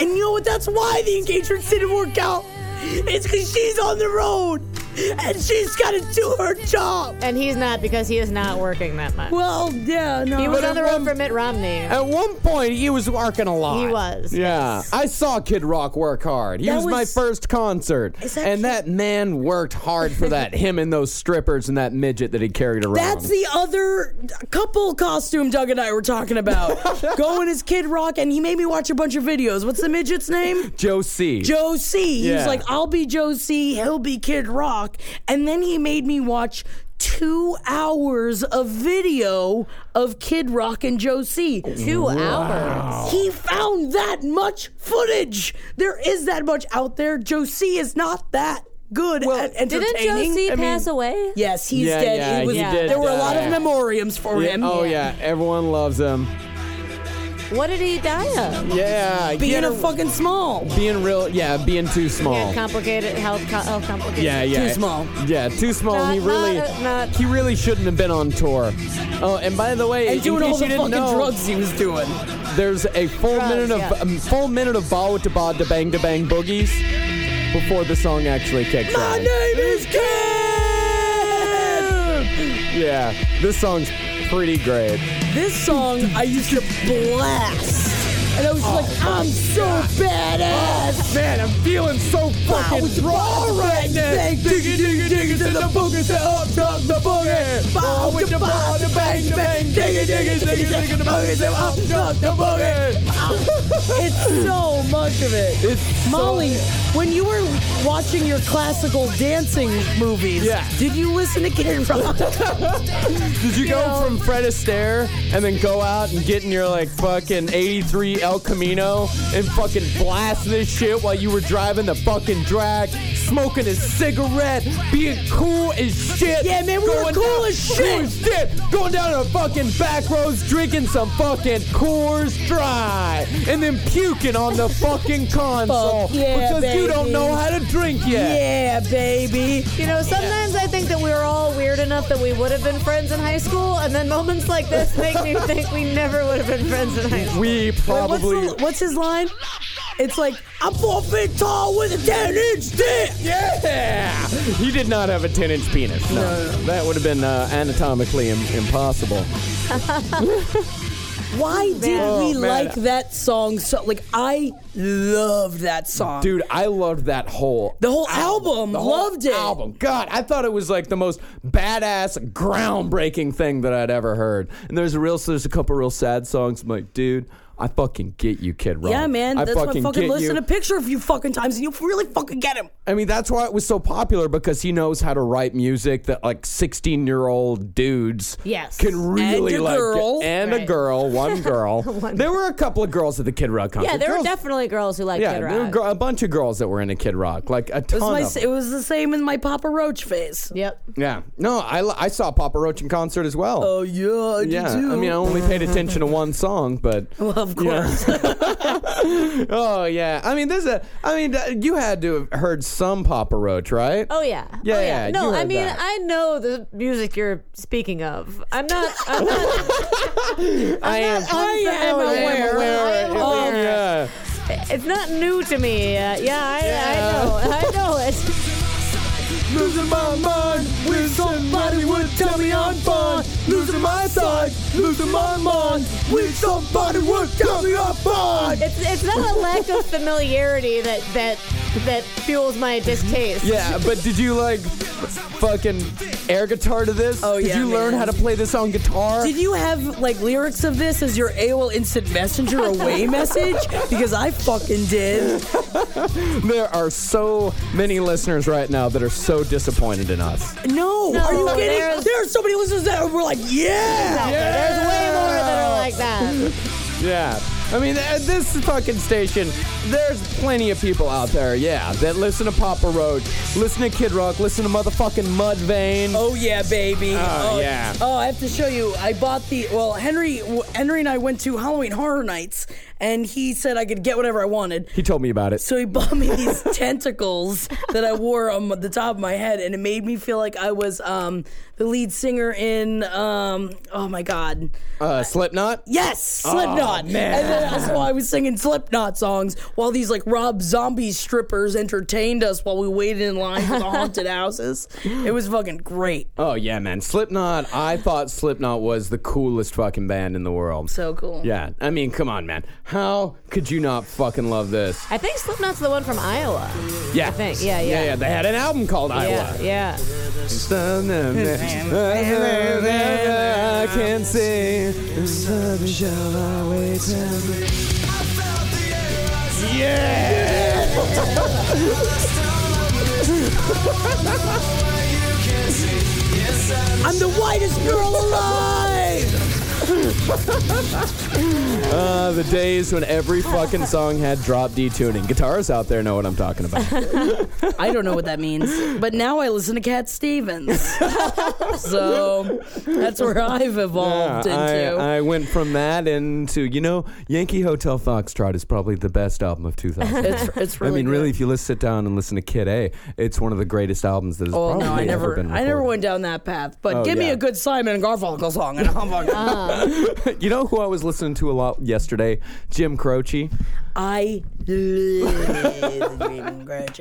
[SPEAKER 2] And you know what? That's why the engagement didn't work out. It's cause she's on the road. And she's gotta do her job.
[SPEAKER 1] And he's not because he is not working that much.
[SPEAKER 2] Well, yeah, no.
[SPEAKER 1] He was on the road
[SPEAKER 3] one-
[SPEAKER 1] for Mitt Romney.
[SPEAKER 3] At one point, he was working a lot.
[SPEAKER 1] He was,
[SPEAKER 3] Yeah. I saw Kid Rock work hard. He
[SPEAKER 2] That
[SPEAKER 3] was, my
[SPEAKER 2] was-
[SPEAKER 3] first concert.
[SPEAKER 2] Is that
[SPEAKER 3] and
[SPEAKER 2] Kid-
[SPEAKER 3] that man worked hard for that, him and those strippers and that midget that he carried around.
[SPEAKER 2] That's the other couple costume Doug and I were talking about. Going as Kid Rock, and he made me watch a bunch of videos. What's the midget's name?
[SPEAKER 3] Joe C.
[SPEAKER 2] Joe C. He
[SPEAKER 3] Yeah.
[SPEAKER 2] was like, I'll be Joe C, he'll be Kid Rock. And then he made me watch two hours of video of Kid Rock and Joe C.
[SPEAKER 1] Two hours.
[SPEAKER 2] He found that much footage. There is that much out there. Joe C is not that good
[SPEAKER 3] Well,
[SPEAKER 2] at
[SPEAKER 1] Didn't
[SPEAKER 2] entertaining.
[SPEAKER 1] Josie
[SPEAKER 2] I mean-
[SPEAKER 1] pass away?
[SPEAKER 2] Yes, he's
[SPEAKER 3] Yeah,
[SPEAKER 2] dead.
[SPEAKER 3] yeah,
[SPEAKER 2] he was,
[SPEAKER 1] he did
[SPEAKER 2] there were a lot
[SPEAKER 3] die.
[SPEAKER 2] of memoriams for
[SPEAKER 3] Yeah,
[SPEAKER 2] him.
[SPEAKER 3] oh yeah. everyone loves him.
[SPEAKER 1] What did he die of?
[SPEAKER 3] Yeah,
[SPEAKER 2] Being
[SPEAKER 3] get
[SPEAKER 2] a
[SPEAKER 3] her-
[SPEAKER 2] fucking small.
[SPEAKER 3] being real. Yeah, being too small.
[SPEAKER 1] Yeah, complicated health, co- health complications.
[SPEAKER 3] Yeah, yeah.
[SPEAKER 2] Too small. uh,
[SPEAKER 3] Yeah, too small.
[SPEAKER 1] Not-
[SPEAKER 3] he really,
[SPEAKER 1] not- not-
[SPEAKER 3] he really shouldn't have been on tour. Oh, and by the way,
[SPEAKER 2] And doing
[SPEAKER 3] in
[SPEAKER 2] all
[SPEAKER 3] case
[SPEAKER 2] the
[SPEAKER 3] you didn't
[SPEAKER 2] fucking
[SPEAKER 3] know,
[SPEAKER 2] drugs he was doing.
[SPEAKER 3] there's a full
[SPEAKER 1] Drugs,
[SPEAKER 3] minute of
[SPEAKER 1] yeah.
[SPEAKER 3] um, full minute of ba to ba to bang to bang boogies before the song actually kicks
[SPEAKER 2] My
[SPEAKER 3] in.
[SPEAKER 2] name is Ken.
[SPEAKER 3] Yeah, this song's pretty great.
[SPEAKER 2] This song I used to blast, and I was like, I'm so badass. <laughs>
[SPEAKER 3] Man, I'm feeling so
[SPEAKER 2] Wow, it's raw right now.
[SPEAKER 3] Diggy, diggy, diggy, to the boogie, to up, up the boogie.
[SPEAKER 2] Bow
[SPEAKER 3] Oh, with
[SPEAKER 2] to
[SPEAKER 3] the
[SPEAKER 2] bow
[SPEAKER 3] bow, the bang, the bang, diggy, diggy, diggy, diggy, the boogie, to up, up the boogie.
[SPEAKER 2] It's so much of it.
[SPEAKER 3] It's
[SPEAKER 2] Molly,
[SPEAKER 3] so-
[SPEAKER 2] when you were watching your classical dancing movies,
[SPEAKER 3] Yeah.
[SPEAKER 2] did you listen to Kid Rock?
[SPEAKER 3] <laughs> Did you go
[SPEAKER 1] know-
[SPEAKER 3] from Fred Astaire and then go out and get in your like fucking 83 El Camino and fucking blast this shit while you were driving the fucking drag, smoking a cigarette, being cool as shit?
[SPEAKER 2] Yeah, man, we were
[SPEAKER 3] going
[SPEAKER 2] cool
[SPEAKER 3] down-
[SPEAKER 2] as
[SPEAKER 3] cool
[SPEAKER 2] shit.
[SPEAKER 3] as shit, Going down the fucking back roads, drinking some fucking Coors Dry, and then puking on the fucking
[SPEAKER 2] <laughs>
[SPEAKER 3] console
[SPEAKER 2] Fuck yeah,
[SPEAKER 3] because you don't
[SPEAKER 2] baby.
[SPEAKER 3] know how to drink yet.
[SPEAKER 2] yeah, baby.
[SPEAKER 1] You know, sometimes I think that we were all weird enough that we would have been friends in high school, and then moments like this make <laughs> me think we never would have been friends in high school.
[SPEAKER 3] We
[SPEAKER 2] What's,
[SPEAKER 3] probably.
[SPEAKER 2] the, what's his line? It's like, I'm four feet tall with a 10 inch dick.
[SPEAKER 3] Yeah! He did not have a 10 inch penis. No. That would have been uh, anatomically im- impossible.
[SPEAKER 2] Why did
[SPEAKER 3] Oh,
[SPEAKER 2] we
[SPEAKER 3] man.
[SPEAKER 2] like that song so? Like, I loved that song.
[SPEAKER 3] Dude, I loved that whole.
[SPEAKER 2] The whole album,
[SPEAKER 3] the whole
[SPEAKER 2] loved it.
[SPEAKER 3] Album. God, I thought it was like the most badass, groundbreaking thing that I'd ever heard. And there's a real, there's a couple real sad songs. I'm like, dude, I fucking get you, Kid Rock.
[SPEAKER 2] Yeah, man.
[SPEAKER 3] I
[SPEAKER 2] That's
[SPEAKER 3] fucking
[SPEAKER 2] why I fucking
[SPEAKER 3] get
[SPEAKER 2] listen
[SPEAKER 3] you.
[SPEAKER 2] to Picture a few fucking times and you really fucking get him.
[SPEAKER 3] I mean, that's why it was so popular because he knows how to write music that like 16 year old dudes
[SPEAKER 1] Yes.
[SPEAKER 3] can really
[SPEAKER 2] a
[SPEAKER 3] like it.
[SPEAKER 2] girl.
[SPEAKER 3] and a
[SPEAKER 1] Right.
[SPEAKER 2] <laughs>
[SPEAKER 3] girl, one girl. there were a couple of girls at the Kid Rock concert.
[SPEAKER 1] Yeah, there were
[SPEAKER 3] Girls-
[SPEAKER 1] definitely girls who liked
[SPEAKER 3] yeah,
[SPEAKER 1] Kid
[SPEAKER 3] there were
[SPEAKER 1] Rock.
[SPEAKER 3] gr- a bunch of girls that were into Kid Rock, like a ton
[SPEAKER 2] It was, my,
[SPEAKER 3] of them.
[SPEAKER 2] it was the same in my Papa Roach face.
[SPEAKER 1] yep.
[SPEAKER 3] yeah, no, I, li- I saw Papa Roach in concert as well.
[SPEAKER 2] Oh, yeah, I do
[SPEAKER 3] yeah,
[SPEAKER 2] too.
[SPEAKER 3] I mean, I only paid attention to one song, but
[SPEAKER 2] <laughs> Well, of course.
[SPEAKER 3] <laughs>
[SPEAKER 2] <laughs>
[SPEAKER 3] oh yeah, I mean, there's a, I mean, uh, you had to have heard some Papa Roach, right?
[SPEAKER 1] Oh yeah.
[SPEAKER 3] Yeah,
[SPEAKER 1] oh,
[SPEAKER 3] yeah,
[SPEAKER 1] No,
[SPEAKER 3] you
[SPEAKER 1] I
[SPEAKER 3] heard
[SPEAKER 1] mean
[SPEAKER 3] that.
[SPEAKER 1] I know the music you're speaking of. I'm not. I'm
[SPEAKER 3] <laughs>
[SPEAKER 1] not.
[SPEAKER 3] I am,
[SPEAKER 1] am aware. Oh, I am aware.
[SPEAKER 3] Oh, Yeah.
[SPEAKER 1] It's not new to me. Uh, yeah, I,
[SPEAKER 3] Yeah.
[SPEAKER 1] I know. I know it.
[SPEAKER 3] Losing my mind, wish somebody would tell me I'm fine. Losing my sight, losing my mind, wish somebody would tell me I'm fine.
[SPEAKER 1] It's it's not a lack of familiarity that that that fuels my distaste.
[SPEAKER 3] Yeah, but did you like fucking air guitar to this?
[SPEAKER 2] Oh,
[SPEAKER 3] Did
[SPEAKER 2] yeah,
[SPEAKER 3] you learn
[SPEAKER 2] man.
[SPEAKER 3] how to play this on guitar?
[SPEAKER 2] Did you have like lyrics of this as your AOL Instant Messenger away message? Because I fucking did.
[SPEAKER 3] there are so many listeners right now that are so disappointed in us.
[SPEAKER 2] No, are you kidding?
[SPEAKER 1] there's-
[SPEAKER 2] There are so many listeners that were like, yeah.
[SPEAKER 1] There's way more that are like that.
[SPEAKER 3] Yeah. I mean, at this fucking station, there's plenty of people out there, yeah, that listen to Papa Roach, listen to Kid Rock, listen to motherfucking Mudvayne.
[SPEAKER 2] Oh yeah, baby.
[SPEAKER 3] Oh, yeah.
[SPEAKER 2] Oh, I have to show you. I bought the well. Henry, Henry and I went to Halloween Horror Nights, and he said I could get whatever I wanted.
[SPEAKER 3] He told me about it.
[SPEAKER 2] So he bought me
[SPEAKER 3] <laughs>
[SPEAKER 2] these tentacles that I wore on the top of my head, and it made me feel like I was um, the lead singer in. Um, oh my god.
[SPEAKER 3] Uh, Slipknot?
[SPEAKER 2] Yes, Slipknot.
[SPEAKER 3] Oh, man.
[SPEAKER 2] And then that's why I was singing Slipknot songs while these like Rob Zombie strippers entertained us while we waited in line for the haunted houses. It was fucking great.
[SPEAKER 3] Oh, yeah, man. Slipknot, I thought Slipknot was the coolest fucking band in the world.
[SPEAKER 2] So cool.
[SPEAKER 3] Yeah, I mean, come on, man. How could you not fucking love this?
[SPEAKER 1] I think Slipknot's the one from Iowa.
[SPEAKER 3] Yeah.
[SPEAKER 1] think, yeah, yeah.
[SPEAKER 3] Yeah, they had an album called
[SPEAKER 1] Yeah,
[SPEAKER 3] Iowa.
[SPEAKER 1] yeah.
[SPEAKER 3] I can't see. Yeah!
[SPEAKER 2] I'm the whitest girl alive.
[SPEAKER 3] Uh, the days when every fucking song had drop D tuning. Guitarists out there know what I'm talking about.
[SPEAKER 2] I don't know what that means, but now I listen to Cat
[SPEAKER 3] <laughs>
[SPEAKER 2] Stevens. so that's where I've evolved
[SPEAKER 3] Yeah,
[SPEAKER 2] into.
[SPEAKER 3] I, I went from that into, you know, Yankee Hotel Foxtrot is probably the best album of 2000.
[SPEAKER 2] It's- it's <laughs>
[SPEAKER 3] I
[SPEAKER 2] really
[SPEAKER 3] mean, really,
[SPEAKER 2] good.
[SPEAKER 3] if you listen, sit down and listen to Kid A, it's one of the greatest albums that has
[SPEAKER 2] Oh
[SPEAKER 3] probably
[SPEAKER 2] no, I
[SPEAKER 3] ever
[SPEAKER 2] never,
[SPEAKER 3] been
[SPEAKER 2] I never
[SPEAKER 3] recorded.
[SPEAKER 2] went down that path. But
[SPEAKER 3] Oh,
[SPEAKER 2] give me
[SPEAKER 3] yeah.
[SPEAKER 2] a good Simon and Garfunkel song, and I'm fucking.
[SPEAKER 1] Uh,
[SPEAKER 3] <laughs> You know who I was listening to a lot yesterday?
[SPEAKER 2] <laughs>
[SPEAKER 3] Jim Croce.
[SPEAKER 2] I live in Grudge.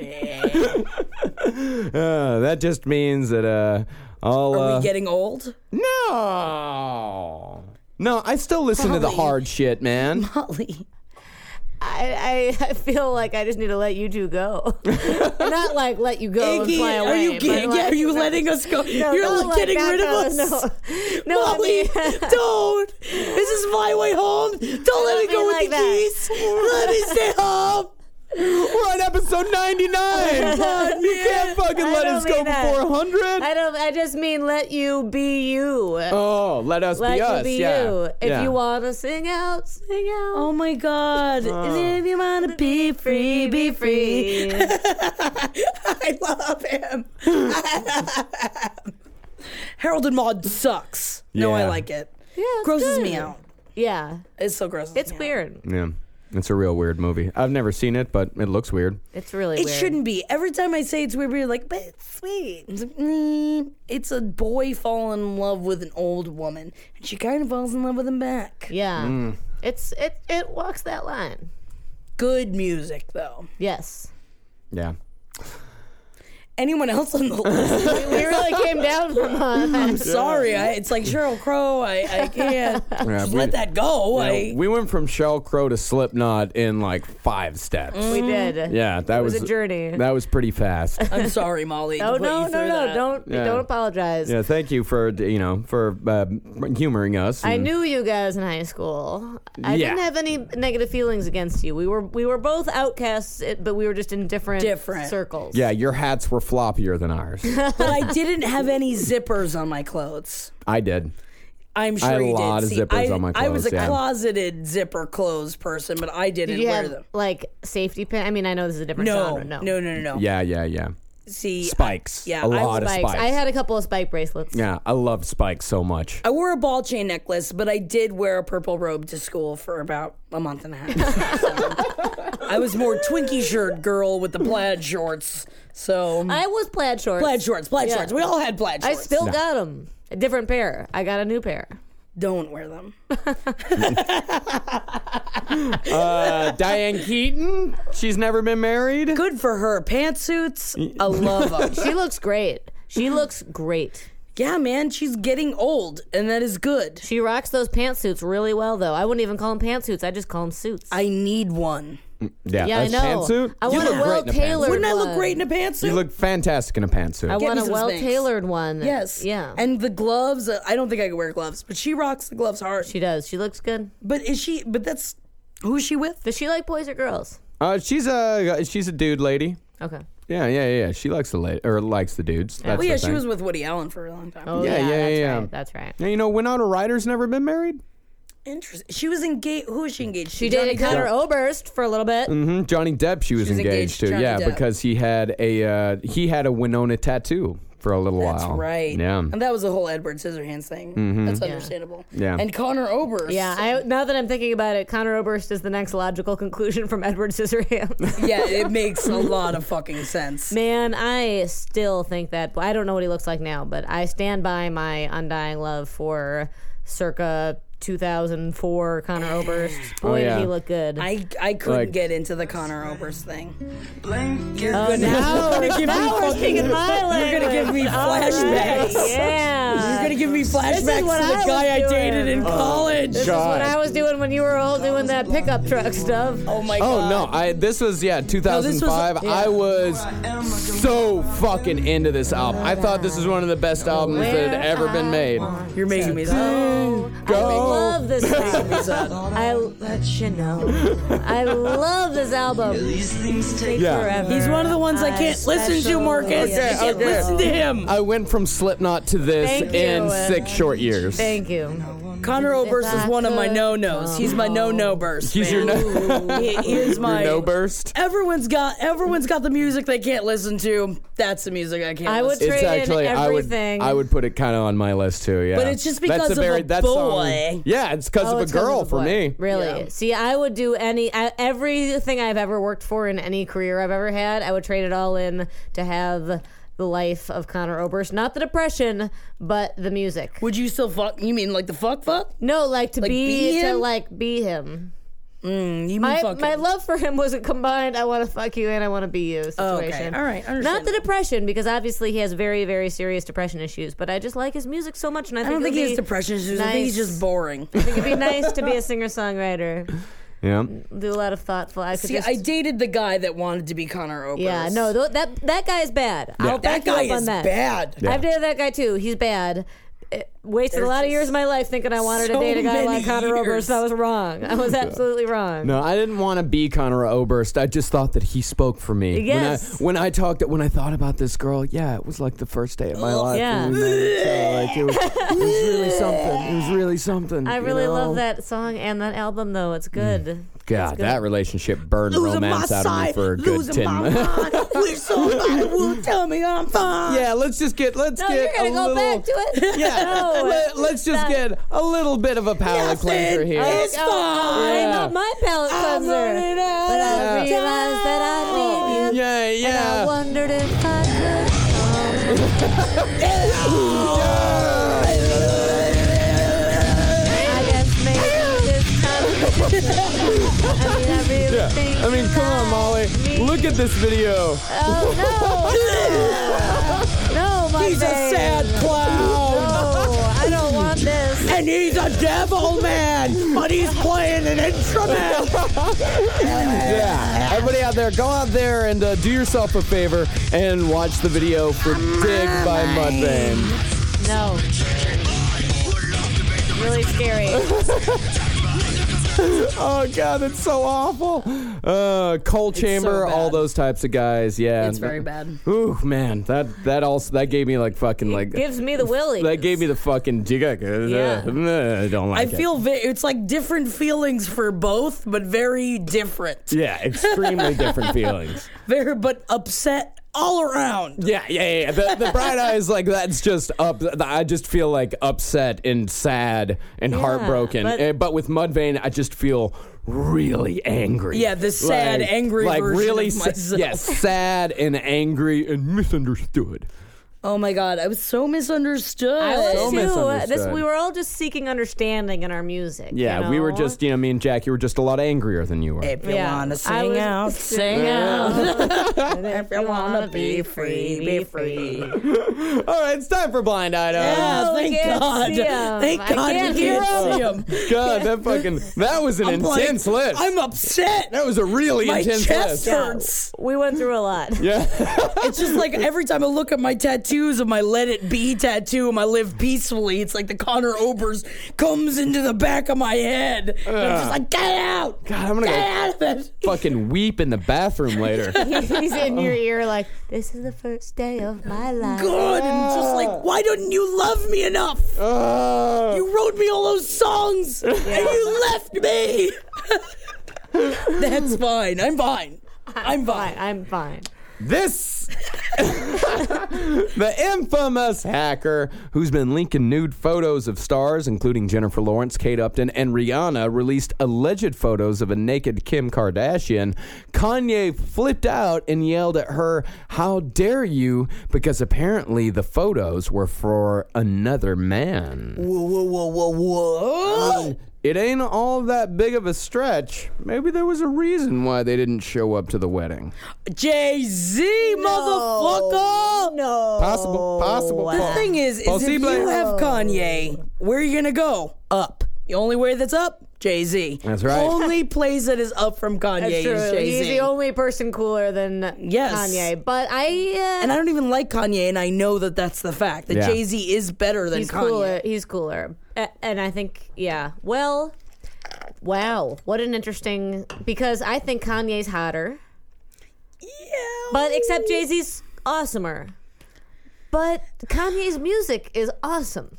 [SPEAKER 3] Uh, that just means that uh, all.
[SPEAKER 2] Are
[SPEAKER 3] uh,
[SPEAKER 2] we getting old?
[SPEAKER 3] no. No, I still listen to the
[SPEAKER 2] Golly.
[SPEAKER 3] hard
[SPEAKER 2] <laughs>
[SPEAKER 3] shit, man.
[SPEAKER 2] Molly.
[SPEAKER 1] I, I, I feel like I just need to let you two go. <laughs> Not like let you go and
[SPEAKER 2] Iggy,
[SPEAKER 1] fly
[SPEAKER 2] are
[SPEAKER 1] away.
[SPEAKER 2] you kidding?
[SPEAKER 1] but like-
[SPEAKER 2] are you letting us go?
[SPEAKER 1] No,
[SPEAKER 2] You're
[SPEAKER 1] not
[SPEAKER 2] like,
[SPEAKER 1] like
[SPEAKER 2] getting
[SPEAKER 1] that,
[SPEAKER 2] rid of
[SPEAKER 1] no,
[SPEAKER 2] us. <laughs>
[SPEAKER 1] No, no I
[SPEAKER 2] Molly,
[SPEAKER 1] <laughs> mean-
[SPEAKER 2] don't. This is my way home. Don't let me
[SPEAKER 1] be
[SPEAKER 2] go with
[SPEAKER 1] like
[SPEAKER 2] the
[SPEAKER 1] that.
[SPEAKER 2] keys. Let me stay
[SPEAKER 1] <laughs>
[SPEAKER 2] home.
[SPEAKER 3] We're on episode 99.
[SPEAKER 2] <laughs>
[SPEAKER 3] you can't fucking
[SPEAKER 1] I
[SPEAKER 3] let
[SPEAKER 1] don't
[SPEAKER 3] us go
[SPEAKER 1] mean that.
[SPEAKER 3] before 100.
[SPEAKER 1] I don't. I just mean let you be you.
[SPEAKER 3] Oh, let us
[SPEAKER 1] let
[SPEAKER 3] be
[SPEAKER 1] you
[SPEAKER 3] us.
[SPEAKER 1] be
[SPEAKER 3] yeah.
[SPEAKER 1] you. If
[SPEAKER 3] Yeah.
[SPEAKER 1] you wanna sing out, sing out.
[SPEAKER 2] Oh my God. If you want to be free, be <laughs> free. <laughs> I love
[SPEAKER 3] <laughs>
[SPEAKER 2] him. <laughs> Harold and Maude sucks. No, I
[SPEAKER 3] Yeah.
[SPEAKER 2] like it.
[SPEAKER 1] yeah, it's
[SPEAKER 2] Grosses
[SPEAKER 1] good.
[SPEAKER 2] me out.
[SPEAKER 1] Yeah,
[SPEAKER 2] It's so gross.
[SPEAKER 1] it's weird.
[SPEAKER 3] Yeah. It's a real weird movie. I've never seen it, but it looks weird.
[SPEAKER 1] It's really.
[SPEAKER 2] It
[SPEAKER 1] weird.
[SPEAKER 2] shouldn't be. Every time I say it's weird, you're like, but it's sweet. It's, like, mm. It's a boy falling in love with an old woman, and she kind of falls in love with him back.
[SPEAKER 1] Yeah,
[SPEAKER 3] Mm.
[SPEAKER 1] it's it it walks that line.
[SPEAKER 2] Good music, though.
[SPEAKER 1] <laughs> Yes,
[SPEAKER 3] Yeah.
[SPEAKER 2] Anyone else on the list?
[SPEAKER 1] we really came down from. Uh,
[SPEAKER 2] I'm sorry. I, it's like Cheryl Crow. I, I can't just
[SPEAKER 3] we-
[SPEAKER 2] let that go. I,
[SPEAKER 3] we went from Shell Crow to Slipknot in like five steps.
[SPEAKER 1] <laughs> we did.
[SPEAKER 3] Yeah, that was,
[SPEAKER 1] Mm. was a journey.
[SPEAKER 3] That was
[SPEAKER 1] <laughs>
[SPEAKER 3] pretty fast.
[SPEAKER 2] I'm sorry, Molly.
[SPEAKER 1] Oh
[SPEAKER 2] to put
[SPEAKER 1] no
[SPEAKER 2] you
[SPEAKER 1] no
[SPEAKER 2] through
[SPEAKER 1] no!
[SPEAKER 2] that.
[SPEAKER 1] Don't
[SPEAKER 3] Yeah.
[SPEAKER 1] don't apologize.
[SPEAKER 3] yeah, thank you for you know for uh, humoring us.
[SPEAKER 1] I
[SPEAKER 3] and-
[SPEAKER 1] knew you guys in high school. I
[SPEAKER 3] Mm. Yeah.
[SPEAKER 1] didn't have any negative feelings against you. We were we were both outcasts, it- but we were just in different
[SPEAKER 2] Different.
[SPEAKER 1] circles.
[SPEAKER 3] Yeah, your hats were floppier
[SPEAKER 1] <laughs>
[SPEAKER 3] than ours.
[SPEAKER 2] But I didn't have any zippers on my clothes.
[SPEAKER 3] I did.
[SPEAKER 2] I'm sure
[SPEAKER 3] had a
[SPEAKER 2] you
[SPEAKER 3] lot
[SPEAKER 2] did.
[SPEAKER 3] of
[SPEAKER 2] See,
[SPEAKER 3] zippers
[SPEAKER 2] I,
[SPEAKER 3] on my
[SPEAKER 2] I was a
[SPEAKER 3] clothes, yeah.
[SPEAKER 2] closeted zipper clothes person, but I didn't
[SPEAKER 1] Did you
[SPEAKER 2] wear
[SPEAKER 1] have
[SPEAKER 2] them.
[SPEAKER 1] like safety pin? I mean, I know this is a different
[SPEAKER 2] No,
[SPEAKER 1] genre.
[SPEAKER 2] no,
[SPEAKER 1] No,
[SPEAKER 2] no, no, no.
[SPEAKER 3] Yeah, yeah, yeah.
[SPEAKER 2] See,
[SPEAKER 3] Spikes.
[SPEAKER 2] yeah,
[SPEAKER 3] a
[SPEAKER 2] I
[SPEAKER 3] lot
[SPEAKER 1] spikes.
[SPEAKER 3] of spikes.
[SPEAKER 1] I had a couple of spike bracelets.
[SPEAKER 3] yeah, I love spikes so much.
[SPEAKER 1] Oh.
[SPEAKER 2] I wore a ball chain necklace, but I did wear a purple robe to school for about a month and a half. So, I was more Twinkie shirt girl with the plaid shorts. So
[SPEAKER 1] I was plaid shorts.
[SPEAKER 2] plaid shorts, plaid shorts. We all had plaid
[SPEAKER 1] I
[SPEAKER 2] shorts.
[SPEAKER 1] still got 'em. got them. A different pair. I got a new pair.
[SPEAKER 2] don't wear them.
[SPEAKER 1] <laughs>
[SPEAKER 3] Uh, Diane Keaton. She's never been married.
[SPEAKER 2] Good for her pantsuits. I love
[SPEAKER 1] <laughs>
[SPEAKER 2] them.
[SPEAKER 1] She looks great.
[SPEAKER 2] <laughs>
[SPEAKER 1] She looks great.
[SPEAKER 2] Yeah, man, she's getting old, and that is good.
[SPEAKER 1] She rocks those pantsuits really well, though. I wouldn't even call them pantsuits. I just call them suits.
[SPEAKER 2] I need one.
[SPEAKER 3] Yeah,
[SPEAKER 1] yeah,
[SPEAKER 3] a
[SPEAKER 1] I know.
[SPEAKER 3] Pantsuit.
[SPEAKER 1] I
[SPEAKER 3] You
[SPEAKER 1] want a
[SPEAKER 3] look great in pantsuit.
[SPEAKER 1] well-tailored-
[SPEAKER 2] Wouldn't I look
[SPEAKER 1] one.
[SPEAKER 2] great in a pantsuit?
[SPEAKER 3] You look fantastic in a pantsuit.
[SPEAKER 1] I
[SPEAKER 2] Get
[SPEAKER 1] want
[SPEAKER 2] me
[SPEAKER 1] a
[SPEAKER 2] some
[SPEAKER 1] well
[SPEAKER 2] Spanx.
[SPEAKER 1] tailored one.
[SPEAKER 2] yes.
[SPEAKER 1] Yeah.
[SPEAKER 2] And the gloves. Uh, I don't think I could wear gloves, but she rocks the gloves hard.
[SPEAKER 1] she does. She looks good.
[SPEAKER 2] but is she? But that's who is she with?
[SPEAKER 1] Does she like boys or girls?
[SPEAKER 3] Uh, she's a she's a dude lady.
[SPEAKER 1] Okay.
[SPEAKER 3] Yeah, yeah, yeah. yeah. She likes the la- or likes the dudes. That's
[SPEAKER 2] Well, Oh, yeah,
[SPEAKER 3] her
[SPEAKER 2] she
[SPEAKER 3] thing.
[SPEAKER 2] was with Woody Allen for a long time.
[SPEAKER 1] Oh,
[SPEAKER 3] Yeah, yeah, yeah,
[SPEAKER 1] that's
[SPEAKER 3] yeah.
[SPEAKER 1] Right. That's right.
[SPEAKER 3] Yeah, you know, Winona Ryder's never been married.
[SPEAKER 2] Interesting. She was engaged. Who is she engaged?
[SPEAKER 1] She dated Connor Oberst for a little bit.
[SPEAKER 3] hmm Johnny Depp, she was,
[SPEAKER 2] was engaged
[SPEAKER 3] engaged,
[SPEAKER 2] to
[SPEAKER 3] to.
[SPEAKER 2] Johnny
[SPEAKER 3] yeah,
[SPEAKER 2] Depp.
[SPEAKER 3] because he had a uh, he had a Winona tattoo for a little
[SPEAKER 2] That's
[SPEAKER 3] while.
[SPEAKER 2] right. Oh
[SPEAKER 3] Yeah. Mm-hmm.
[SPEAKER 2] And that was the whole Edward Scissorhands thing. That's understandable.
[SPEAKER 3] Yeah.
[SPEAKER 2] And Connor Oberst.
[SPEAKER 1] Yeah, I, now that I'm thinking about it, Connor Oberst is the next logical conclusion from Edward
[SPEAKER 2] <laughs>
[SPEAKER 1] Scissorhands.
[SPEAKER 2] yeah, it makes a lot of
[SPEAKER 1] <laughs>
[SPEAKER 2] fucking sense.
[SPEAKER 1] Man, I still think that. I don't know what he looks like now, but I stand by my undying love for circa 2004 Connor Oberst. Boy,
[SPEAKER 3] yeah.
[SPEAKER 1] did he look good.
[SPEAKER 2] Oh, I I couldn't
[SPEAKER 3] Like-
[SPEAKER 2] get into the Connor Oberst thing.
[SPEAKER 4] Blanket.
[SPEAKER 1] oh, now,
[SPEAKER 2] gonna give me
[SPEAKER 1] now we're
[SPEAKER 2] fucking-
[SPEAKER 1] speaking my
[SPEAKER 2] <laughs> You're
[SPEAKER 1] language.
[SPEAKER 2] gonna give me
[SPEAKER 1] All right,
[SPEAKER 2] flashbacks.
[SPEAKER 1] <laughs> Yeah.
[SPEAKER 2] You're gonna give me flashbacks to the
[SPEAKER 1] what I was
[SPEAKER 2] guy I
[SPEAKER 1] doing. Oh.
[SPEAKER 2] dated in college.
[SPEAKER 1] this
[SPEAKER 3] God.
[SPEAKER 1] is what I was doing when you were all doing that pickup truck stuff.
[SPEAKER 2] oh my
[SPEAKER 3] Oh
[SPEAKER 2] god.
[SPEAKER 3] no! I this was yeah 2005.
[SPEAKER 2] yeah.
[SPEAKER 3] I was so fucking into this album. I thought this was one of the best albums that had ever been made.
[SPEAKER 2] You're making me
[SPEAKER 1] Go. I love this
[SPEAKER 2] <laughs>
[SPEAKER 1] album. I let you know. I love this album.
[SPEAKER 4] These things take
[SPEAKER 3] Yeah.
[SPEAKER 1] Forever.
[SPEAKER 2] He's one of the ones I
[SPEAKER 1] I
[SPEAKER 2] can't listen to,
[SPEAKER 1] special-
[SPEAKER 2] Marcus.
[SPEAKER 1] Okay,
[SPEAKER 2] I can't
[SPEAKER 3] okay.
[SPEAKER 2] listen to him.
[SPEAKER 3] I went from Slipknot to this
[SPEAKER 1] Thank
[SPEAKER 3] in
[SPEAKER 1] you.
[SPEAKER 3] six short years.
[SPEAKER 1] Thank you.
[SPEAKER 2] Connor Oberst is
[SPEAKER 1] I
[SPEAKER 2] one of my no nos. He's my no no burst.
[SPEAKER 3] Oh. He's your
[SPEAKER 2] man.
[SPEAKER 3] no-
[SPEAKER 2] He he is my
[SPEAKER 3] no burst.
[SPEAKER 2] Everyone's got everyone's got the music they can't listen to. That's the music I can't.
[SPEAKER 1] I would
[SPEAKER 2] listen
[SPEAKER 1] trade in
[SPEAKER 3] I would
[SPEAKER 1] everything.
[SPEAKER 3] I would put it kind of on my list too. Yeah,
[SPEAKER 2] But it's just because of a boy.
[SPEAKER 3] yeah, it's because
[SPEAKER 1] Oh,
[SPEAKER 3] of a
[SPEAKER 1] it's 'cause
[SPEAKER 3] girl
[SPEAKER 1] of
[SPEAKER 3] for
[SPEAKER 1] boy.
[SPEAKER 3] me.
[SPEAKER 1] Really?
[SPEAKER 2] Yeah.
[SPEAKER 1] See, I would do any I, everything I've ever worked for in any career I've ever had. I would trade it all in to have the life of Connor Oberst, not the depression, but the music.
[SPEAKER 2] to. Would you still fuck? You mean like the fuck fuck?
[SPEAKER 1] No, like to be,
[SPEAKER 2] be
[SPEAKER 1] to
[SPEAKER 2] him?
[SPEAKER 1] like be him.
[SPEAKER 2] Mm, you mean
[SPEAKER 1] My,
[SPEAKER 2] fucking?
[SPEAKER 1] my love for him was a combined I want to fuck you and I want to be you situation.
[SPEAKER 2] okay. All right,
[SPEAKER 1] Not the
[SPEAKER 2] understandable.
[SPEAKER 1] depression because obviously he has very very serious depression issues, but I just like his music so much and I,
[SPEAKER 2] I don't
[SPEAKER 1] think it
[SPEAKER 2] think he
[SPEAKER 1] would
[SPEAKER 2] has
[SPEAKER 1] be
[SPEAKER 2] depression issues. I think he's
[SPEAKER 1] nice. <laughs>
[SPEAKER 2] just boring.
[SPEAKER 1] I
[SPEAKER 2] <laughs>
[SPEAKER 1] think it'd be nice to be a singer songwriter.
[SPEAKER 3] Yeah,
[SPEAKER 1] Do a lot of thoughtful. I could
[SPEAKER 2] See,
[SPEAKER 1] just
[SPEAKER 2] I dated the guy that wanted to be Connor Oberst.
[SPEAKER 1] Yeah, no, th- that that guy is bad. I'll
[SPEAKER 2] that
[SPEAKER 1] back
[SPEAKER 2] guy
[SPEAKER 1] you up on
[SPEAKER 2] is
[SPEAKER 1] that.
[SPEAKER 2] bad.
[SPEAKER 1] I've dated that guy too. He's bad. Uh, Wasted a
[SPEAKER 2] There's
[SPEAKER 1] lot of years
[SPEAKER 2] just
[SPEAKER 1] of my life thinking I wanted to
[SPEAKER 2] so
[SPEAKER 1] date a guy
[SPEAKER 2] many
[SPEAKER 1] like Connor Oberst.
[SPEAKER 2] years.
[SPEAKER 1] I was wrong. I was absolutely wrong.
[SPEAKER 3] no, I didn't want to be Conor Oberst. I just thought that he spoke for me.
[SPEAKER 1] Yes.
[SPEAKER 3] When I, when I talked, when I thought about this girl, yeah, it was like the first day of my life.
[SPEAKER 1] Yeah.
[SPEAKER 3] when we met, so, like, it, was, it was really something. It was really something.
[SPEAKER 1] I
[SPEAKER 3] you
[SPEAKER 1] really love
[SPEAKER 3] know? Mm.
[SPEAKER 1] that song and that album though. It's good. It's
[SPEAKER 3] God,
[SPEAKER 1] good.
[SPEAKER 3] that relationship burned
[SPEAKER 2] Losing my
[SPEAKER 3] romance out of me
[SPEAKER 2] sight,
[SPEAKER 3] for a good
[SPEAKER 2] losing
[SPEAKER 3] ten
[SPEAKER 2] my
[SPEAKER 3] minutes. <laughs>
[SPEAKER 2] mind. Wish somebody would tell me I'm fine.
[SPEAKER 3] Yeah, let's just get let's
[SPEAKER 1] No,
[SPEAKER 3] get
[SPEAKER 1] you're gonna
[SPEAKER 3] a
[SPEAKER 1] go
[SPEAKER 3] little.
[SPEAKER 1] back to
[SPEAKER 2] <laughs>
[SPEAKER 1] it.
[SPEAKER 3] <laughs> Yeah,
[SPEAKER 1] No.
[SPEAKER 3] let, us just
[SPEAKER 1] Stop.
[SPEAKER 3] get a little bit of a palate cleanser here.
[SPEAKER 1] Oh,
[SPEAKER 2] It's
[SPEAKER 1] oh, oh, I
[SPEAKER 3] fine.
[SPEAKER 1] love my palate
[SPEAKER 2] I'm
[SPEAKER 1] cleanser,
[SPEAKER 2] running out
[SPEAKER 1] but I
[SPEAKER 3] of
[SPEAKER 1] realized that I need you,
[SPEAKER 3] Yeah,
[SPEAKER 1] and I
[SPEAKER 3] yeah.
[SPEAKER 1] wondered if I could.
[SPEAKER 3] <laughs>
[SPEAKER 1] I guess maybe this time.
[SPEAKER 3] <laughs>
[SPEAKER 1] I mean, I really
[SPEAKER 3] Yeah.
[SPEAKER 1] think.
[SPEAKER 3] I mean, come on,
[SPEAKER 1] about
[SPEAKER 3] Molly.
[SPEAKER 1] me.
[SPEAKER 3] Look at this video.
[SPEAKER 1] Oh
[SPEAKER 3] <laughs>
[SPEAKER 1] no! no, my
[SPEAKER 2] He's a
[SPEAKER 1] babe.
[SPEAKER 2] sad clown.
[SPEAKER 1] No, I don't want this.
[SPEAKER 2] And he's a devil man, but he's playing an instrument.
[SPEAKER 3] <laughs> Yeah. Everybody out there, go out there and uh, do yourself a favor and watch the video for Dig by Mudvayne.
[SPEAKER 1] No. Really scary.
[SPEAKER 3] Oh, God, it's so awful. Uh, Cole Chamber,
[SPEAKER 2] bad.
[SPEAKER 3] all those types of guys. Yeah.
[SPEAKER 2] It's very bad.
[SPEAKER 3] Ooh, man. That, that also, that gave me like fucking like.
[SPEAKER 1] Gives me the willy.
[SPEAKER 3] That gave me the fucking jigga.
[SPEAKER 1] Yeah.
[SPEAKER 3] uh, I
[SPEAKER 2] I
[SPEAKER 3] don't like it.
[SPEAKER 2] feel ve- it's like different feelings for both, but very different.
[SPEAKER 3] Yeah,
[SPEAKER 2] <laughs>
[SPEAKER 3] extremely different feelings.
[SPEAKER 2] Very, but upset all around.
[SPEAKER 3] Yeah, yeah, yeah. The, the
[SPEAKER 2] <laughs>
[SPEAKER 3] bright eyes, like that's just up. I just feel like upset and sad and heartbroken.
[SPEAKER 1] but-
[SPEAKER 3] Eh, But, with Mudvayne, I just feel really angry.
[SPEAKER 2] Yeah, the sad, angry version of
[SPEAKER 3] sa-
[SPEAKER 2] myself.
[SPEAKER 3] yeah, sad and angry and misunderstood.
[SPEAKER 2] Oh my god, I was so misunderstood.
[SPEAKER 1] I was
[SPEAKER 3] So
[SPEAKER 1] too. uh, This,
[SPEAKER 3] misunderstood.
[SPEAKER 1] we were all just seeking understanding in our music.
[SPEAKER 3] Yeah,
[SPEAKER 1] you know?
[SPEAKER 3] we were just, you know, me and Jack, you were just a lot angrier than you were.
[SPEAKER 2] if you
[SPEAKER 1] Yeah.
[SPEAKER 2] wanna
[SPEAKER 1] I
[SPEAKER 2] sing
[SPEAKER 1] was-
[SPEAKER 2] out, <laughs> sing out. if you wanna be free, be free.
[SPEAKER 3] All right, it's time for Blind Item.
[SPEAKER 2] Yeah,
[SPEAKER 1] Oh, we
[SPEAKER 2] thank
[SPEAKER 1] can't
[SPEAKER 2] God.
[SPEAKER 1] see 'em.
[SPEAKER 2] Thank
[SPEAKER 1] I
[SPEAKER 2] God
[SPEAKER 1] can't
[SPEAKER 2] we can't see
[SPEAKER 1] hear
[SPEAKER 2] him.
[SPEAKER 3] God,
[SPEAKER 2] <laughs>
[SPEAKER 3] that fucking, that was an intense list.
[SPEAKER 2] I'm upset.
[SPEAKER 3] that was a really
[SPEAKER 2] My
[SPEAKER 3] intense
[SPEAKER 2] chest
[SPEAKER 3] list.
[SPEAKER 2] hurts.
[SPEAKER 1] We went through a lot.
[SPEAKER 3] Yeah.
[SPEAKER 2] <laughs> It's just like every time I look at my tattoos of my Let It Be tattoo and my Live Peacefully, it's like the Connor Oberst comes into the back of my head. And I'm just like, get out!
[SPEAKER 3] God, I'm gonna
[SPEAKER 2] get
[SPEAKER 3] go-
[SPEAKER 2] out of it!
[SPEAKER 3] fucking weep in the bathroom
[SPEAKER 2] <laughs>
[SPEAKER 3] later.
[SPEAKER 1] <laughs> He's in your ear like, this is the first day of my life.
[SPEAKER 2] Good! And just like, why didn't you love me enough?
[SPEAKER 3] Ah.
[SPEAKER 2] You wrote me all those songs and you left me! <laughs> That's fine. I'm fine.
[SPEAKER 1] Fine,
[SPEAKER 2] I'm fine.
[SPEAKER 1] I'm fine.
[SPEAKER 3] this the infamous hacker who's been linking nude photos of stars including Jennifer Lawrence, Kate Upton, and Rihanna released alleged photos of a naked Kim Kardashian. Kanye flipped out and yelled at her, "How dare you?" because apparently the photos were for another man.
[SPEAKER 2] Whoa, whoa, whoa, whoa, whoa.
[SPEAKER 3] It ain't all that big of a stretch. Maybe there was a reason why they didn't show up to the wedding.
[SPEAKER 2] Jay Z, motherfucker!
[SPEAKER 1] No.
[SPEAKER 3] Possible, possible.
[SPEAKER 2] The
[SPEAKER 3] po-
[SPEAKER 2] thing is, is if
[SPEAKER 3] possible.
[SPEAKER 2] you have Kanye, where are you gonna go? Up. The only way that's up, Jay Z.
[SPEAKER 3] That's right.
[SPEAKER 2] Only place that is up from Kanye
[SPEAKER 1] That's true.
[SPEAKER 2] is Jay
[SPEAKER 1] He's
[SPEAKER 2] Z.
[SPEAKER 1] the only person cooler than
[SPEAKER 2] Yes.
[SPEAKER 1] Kanye. But I, uh,
[SPEAKER 2] and I don't even like Kanye, and I know that that's the fact. That
[SPEAKER 3] Yeah.
[SPEAKER 2] Jay Z is better than
[SPEAKER 1] he's
[SPEAKER 2] Kanye.
[SPEAKER 1] cooler. He's cooler. A- And I think, yeah. Well, wow. What an interesting. Because I think Kanye's hotter, but except Jay Z's awesomer. But Kanye's music is awesome.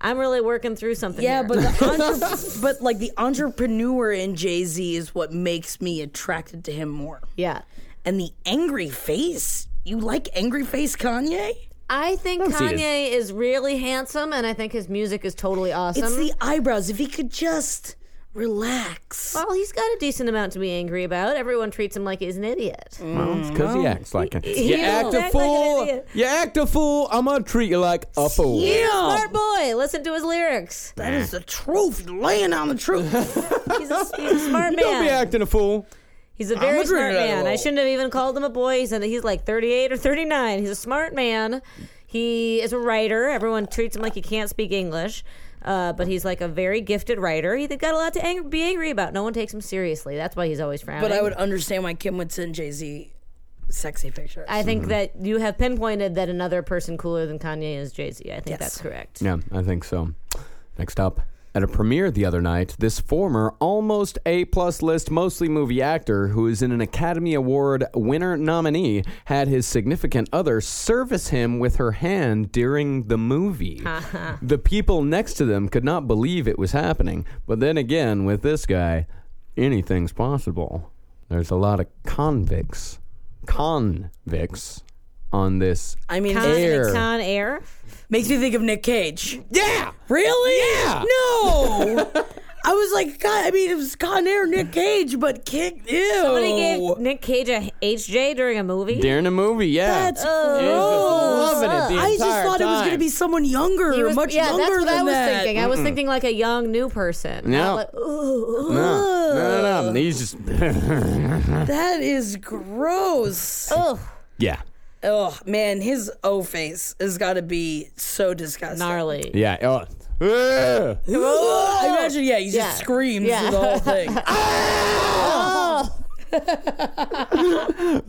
[SPEAKER 1] I'm really working through something.
[SPEAKER 2] Yeah,
[SPEAKER 1] here.
[SPEAKER 2] but the <laughs> entre- but like the entrepreneur in Jay Z is what makes me attracted to him more.
[SPEAKER 1] <laughs> yeah,
[SPEAKER 2] And the angry face. You like angry face Kanye?
[SPEAKER 1] I think
[SPEAKER 3] see it.
[SPEAKER 1] Kanye is really handsome, and I think his music is totally awesome.
[SPEAKER 2] It's the eyebrows. If he could just relax.
[SPEAKER 1] well, he's got a decent amount to be angry about. Everyone treats him like he's an idiot.
[SPEAKER 3] Because he acts like a
[SPEAKER 1] He
[SPEAKER 3] you
[SPEAKER 1] will.
[SPEAKER 3] act a
[SPEAKER 1] Act like an
[SPEAKER 3] fool.
[SPEAKER 1] idiot.
[SPEAKER 3] you act a fool. I'm gonna treat you like a
[SPEAKER 2] Oh.
[SPEAKER 3] fool.
[SPEAKER 1] Smart boy, listen to his lyrics.
[SPEAKER 2] That is the truth. You're laying on the <laughs> truth.
[SPEAKER 1] He's a, he's a smart
[SPEAKER 3] Don't be
[SPEAKER 1] man.
[SPEAKER 3] acting a fool.
[SPEAKER 1] He's a very
[SPEAKER 2] a
[SPEAKER 1] smart
[SPEAKER 2] dreamer.
[SPEAKER 1] man. I shouldn't have even called him a boy. He's, he's like 38 or 39. He's a smart man. He is a writer. Everyone treats him like he can't speak English. Uh, but he's like a very gifted writer. He's got a lot to ang- be angry about. No one takes him seriously. That's why he's always frowning.
[SPEAKER 2] but I would understand why Kim would send Jay Z sexy pictures.
[SPEAKER 1] I think that you have pinpointed that another person cooler than Kanye is Jay Z. I think
[SPEAKER 2] Yes.
[SPEAKER 1] that's correct.
[SPEAKER 3] Yeah, I think so. Next up, at a premiere the other night, this former almost A plus list, mostly movie actor who is in an Academy Award winner nominee had his significant other service him with her hand during the movie.
[SPEAKER 2] <laughs> Uh-huh.
[SPEAKER 3] the people next to them could not believe it was happening, but then again, with this guy, anything's possible. There's a lot of convicts, convicts on this.
[SPEAKER 2] I mean,
[SPEAKER 1] Con,
[SPEAKER 2] it
[SPEAKER 3] Air.
[SPEAKER 1] Con Air.
[SPEAKER 2] makes me think of Nick Cage.
[SPEAKER 3] Yeah.
[SPEAKER 2] Really?
[SPEAKER 3] Yeah.
[SPEAKER 2] <laughs> No. I was like, God, I mean, it was Con Air, Nick Cage, but Kick. Ew.
[SPEAKER 1] Somebody gave Nick Cage a HJ during a movie.
[SPEAKER 3] During a movie, yeah.
[SPEAKER 2] That's
[SPEAKER 3] He was
[SPEAKER 2] gross.
[SPEAKER 3] just loving it the
[SPEAKER 2] I just
[SPEAKER 3] entire
[SPEAKER 2] thought it was going to
[SPEAKER 3] time.
[SPEAKER 2] be someone younger,
[SPEAKER 1] He was-
[SPEAKER 2] much
[SPEAKER 1] yeah,
[SPEAKER 2] younger
[SPEAKER 1] that's what
[SPEAKER 2] than
[SPEAKER 1] I was
[SPEAKER 2] that.
[SPEAKER 1] thinking. I was thinking like a young new person.
[SPEAKER 3] Yeah.
[SPEAKER 1] Not like, ooh, ooh,
[SPEAKER 3] No, no, no, no. He's just <laughs>
[SPEAKER 2] That is gross.
[SPEAKER 1] ugh.
[SPEAKER 3] yeah,
[SPEAKER 2] Oh man, his O face has got to be so disgusting.
[SPEAKER 1] gnarly.
[SPEAKER 3] yeah. Oh. Ugh.
[SPEAKER 2] Oh, I imagine, yeah, he
[SPEAKER 1] Yeah.
[SPEAKER 2] just screams
[SPEAKER 1] Yeah.
[SPEAKER 2] through the whole
[SPEAKER 1] <laughs>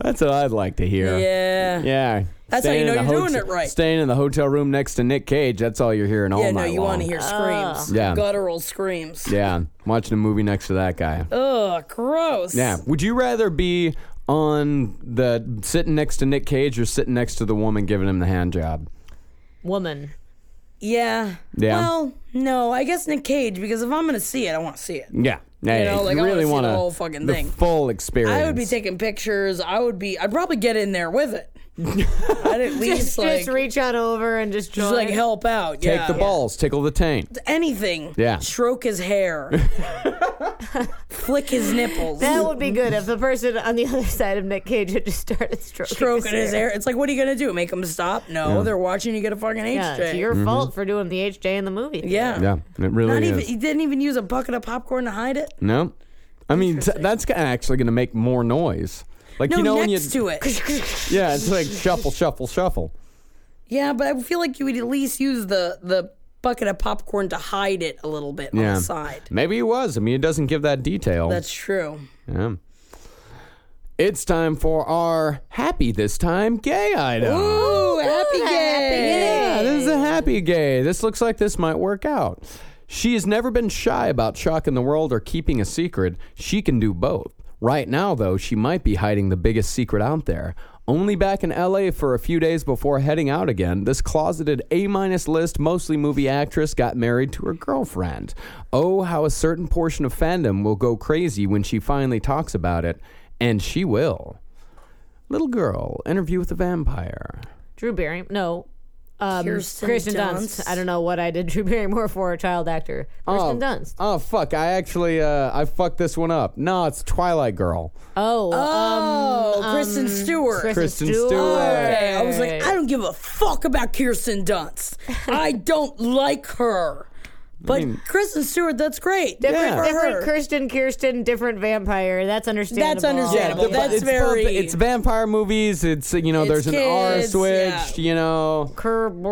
[SPEAKER 2] thing.
[SPEAKER 3] <laughs> That's what I'd like to hear.
[SPEAKER 2] yeah.
[SPEAKER 3] Yeah.
[SPEAKER 2] That's how you
[SPEAKER 3] Staying
[SPEAKER 2] know
[SPEAKER 3] in the
[SPEAKER 2] you're
[SPEAKER 3] hotel-
[SPEAKER 2] doing it right.
[SPEAKER 3] Staying in the hotel room next to Nick Cage. That's all you're hearing all
[SPEAKER 2] Yeah, no,
[SPEAKER 3] night
[SPEAKER 2] you
[SPEAKER 3] long.
[SPEAKER 2] want to hear screams.
[SPEAKER 3] Yeah.
[SPEAKER 2] Guttural screams.
[SPEAKER 3] Yeah, watching a movie next to that guy.
[SPEAKER 2] Ugh, gross.
[SPEAKER 3] Yeah. Would you rather be on the sitting next to Nick Cage or sitting next to the woman giving him the hand job?
[SPEAKER 1] Woman.
[SPEAKER 2] Yeah.
[SPEAKER 3] Yeah.
[SPEAKER 2] Well, no, I guess Nick Cage, because if I'm going to see it, I want to see it.
[SPEAKER 3] Yeah. Yeah.
[SPEAKER 2] know, like, I
[SPEAKER 3] you
[SPEAKER 2] wanna
[SPEAKER 3] really
[SPEAKER 2] see the
[SPEAKER 3] want to
[SPEAKER 2] whole fucking
[SPEAKER 3] the
[SPEAKER 2] thing.
[SPEAKER 3] full experience.
[SPEAKER 2] I would be taking pictures. I would be, I'd probably get in there with
[SPEAKER 3] <laughs>
[SPEAKER 2] it. I'd at least
[SPEAKER 1] Just,
[SPEAKER 2] like,
[SPEAKER 1] just reach on over and just join.
[SPEAKER 2] just, like help out.
[SPEAKER 3] Take
[SPEAKER 2] yeah.
[SPEAKER 3] the balls, tickle the taint.
[SPEAKER 2] Anything.
[SPEAKER 3] Yeah.
[SPEAKER 2] Stroke his
[SPEAKER 3] <laughs>
[SPEAKER 2] hair. Flick his nipples.
[SPEAKER 1] That would be good if the person on the <laughs> other side of Nick Cage had just started stroking,
[SPEAKER 2] Stroking his
[SPEAKER 1] hair.
[SPEAKER 2] hair. It's like, what are you gonna do? Make him stop? No, they're watching you get a fucking HJ.
[SPEAKER 1] Yeah, it's your fault for doing the HJ in the movie.
[SPEAKER 2] yeah.
[SPEAKER 3] Yeah, it really
[SPEAKER 2] Not
[SPEAKER 3] is.
[SPEAKER 2] even. He didn't even use a bucket of popcorn to hide it.
[SPEAKER 3] No, I mean t- that's g- actually going to make more noise. Like
[SPEAKER 2] No,
[SPEAKER 3] you know when you
[SPEAKER 2] next to it.
[SPEAKER 3] <laughs> yeah, it's like shuffle, shuffle, shuffle.
[SPEAKER 2] yeah, but I feel like you would at least use the the bucket of popcorn to hide it a little bit on
[SPEAKER 3] Yeah,
[SPEAKER 2] the side.
[SPEAKER 3] maybe he was. I mean, it doesn't give that detail.
[SPEAKER 2] That's true.
[SPEAKER 3] yeah. It's time for our happy this time gay item.
[SPEAKER 2] Ooh, happy gay.
[SPEAKER 3] Yeah, this is a happy gay. This looks like this might work out. She has never been shy about shocking the world or keeping a secret. She can do both. Right now, though, she might be hiding the biggest secret out there. Only back in LA for a few days before heading out again, this closeted A minus list, mostly movie actress, got married to her girlfriend. Oh, how a certain portion of fandom will go crazy when she finally talks about it, and she will. Little girl, interview with a vampire.
[SPEAKER 1] Drew Barrymore. No. Um,
[SPEAKER 2] Kirsten
[SPEAKER 1] Kirsten Dunst.
[SPEAKER 2] Dunst.
[SPEAKER 1] I don't know what I did Drew Barrymore for, a child actor. Kirsten Dunst.
[SPEAKER 3] Oh fuck! I actually uh, I fucked this one up. No, it's Twilight Girl.
[SPEAKER 1] Oh,
[SPEAKER 2] Oh,
[SPEAKER 1] um,
[SPEAKER 2] Kristen
[SPEAKER 1] um,
[SPEAKER 2] Stewart.
[SPEAKER 3] Kristen
[SPEAKER 1] Kristen
[SPEAKER 3] Stewart.
[SPEAKER 1] Stewart.
[SPEAKER 2] Okay, I was like, I don't give a fuck about Kirsten Dunst. I don't like her. But Kristen Stewart, that's great.
[SPEAKER 1] Different,
[SPEAKER 3] Yeah.
[SPEAKER 1] different
[SPEAKER 2] her.
[SPEAKER 1] Kirsten, Kirsten, different vampire. That's understandable.
[SPEAKER 2] That's understandable.
[SPEAKER 3] the-
[SPEAKER 2] That's
[SPEAKER 3] it's
[SPEAKER 2] very-
[SPEAKER 3] both- it's vampire movies. It's you know there's
[SPEAKER 2] It's
[SPEAKER 3] an R
[SPEAKER 2] kids,
[SPEAKER 3] switch.
[SPEAKER 2] yeah.
[SPEAKER 3] You know.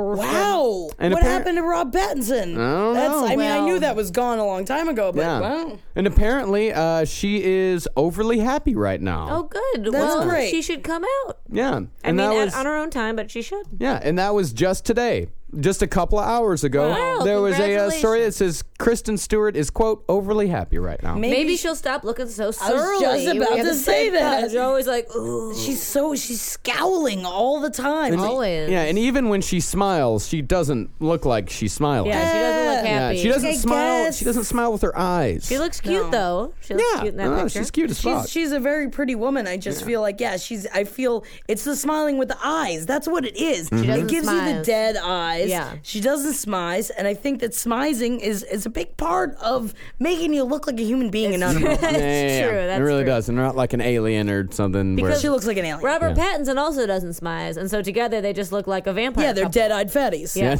[SPEAKER 2] Wow.
[SPEAKER 3] And
[SPEAKER 2] what
[SPEAKER 3] appar-
[SPEAKER 2] happened to Rob Pattinson? I
[SPEAKER 3] don't
[SPEAKER 2] That's,
[SPEAKER 3] know.
[SPEAKER 2] I mean, I
[SPEAKER 1] Well-
[SPEAKER 2] knew that was gone a long time ago, but
[SPEAKER 3] Yeah.
[SPEAKER 2] wow.
[SPEAKER 3] And apparently, uh, she is overly happy right now.
[SPEAKER 1] Oh, good. That's well,
[SPEAKER 2] great.
[SPEAKER 1] she should come out.
[SPEAKER 3] Yeah. And
[SPEAKER 1] I mean,
[SPEAKER 3] that
[SPEAKER 1] at-
[SPEAKER 3] was
[SPEAKER 1] on her own time, but she should.
[SPEAKER 3] Yeah, and that was just today. Just a couple of hours ago,
[SPEAKER 1] Wow,
[SPEAKER 3] there was a uh, story that
[SPEAKER 1] congratulations.
[SPEAKER 3] says Kristen Stewart is quote overly happy right now.
[SPEAKER 1] Maybe, she'll stop looking so surly.
[SPEAKER 2] was just
[SPEAKER 1] when
[SPEAKER 2] about
[SPEAKER 1] we have
[SPEAKER 2] to
[SPEAKER 1] the
[SPEAKER 2] say
[SPEAKER 1] same
[SPEAKER 2] that.
[SPEAKER 1] thought. You're always like, ooh.
[SPEAKER 2] she's so she's scowling all the time.
[SPEAKER 1] always.
[SPEAKER 3] Yeah, and even when she smiles, she doesn't look like she's smiling.
[SPEAKER 1] Yeah, she doesn't look
[SPEAKER 3] Yeah,
[SPEAKER 1] happy.
[SPEAKER 3] she doesn't
[SPEAKER 2] I
[SPEAKER 3] smile.
[SPEAKER 2] guess.
[SPEAKER 3] She doesn't smile with her eyes.
[SPEAKER 1] She looks cute
[SPEAKER 2] No.
[SPEAKER 1] though. She looks
[SPEAKER 3] yeah,
[SPEAKER 1] cute in that
[SPEAKER 3] no,
[SPEAKER 1] picture.
[SPEAKER 3] she's cute as fuck.
[SPEAKER 2] She's, she's a very pretty woman. I just feel like, yeah, she's. I feel it's the smiling with the eyes. That's what it is.
[SPEAKER 1] doesn't
[SPEAKER 2] It gives you the
[SPEAKER 1] smize.
[SPEAKER 2] dead eyes.
[SPEAKER 1] Yeah.
[SPEAKER 2] She doesn't smize, and I think that smizing is is a big part of making you look like a human being and not a
[SPEAKER 1] <laughs>
[SPEAKER 2] robot.
[SPEAKER 1] That's
[SPEAKER 3] Yeah, yeah, yeah.
[SPEAKER 1] true. That's
[SPEAKER 3] it really
[SPEAKER 1] true.
[SPEAKER 3] does, and not like an alien or something. where-
[SPEAKER 1] <laughs> Because-
[SPEAKER 3] <laughs>
[SPEAKER 2] She looks like an alien.
[SPEAKER 1] Robert Pattinson also doesn't smize, and so together they just look like a vampire.
[SPEAKER 2] yeah, they're
[SPEAKER 1] couple.
[SPEAKER 2] dead-eyed fatties.
[SPEAKER 1] Yeah.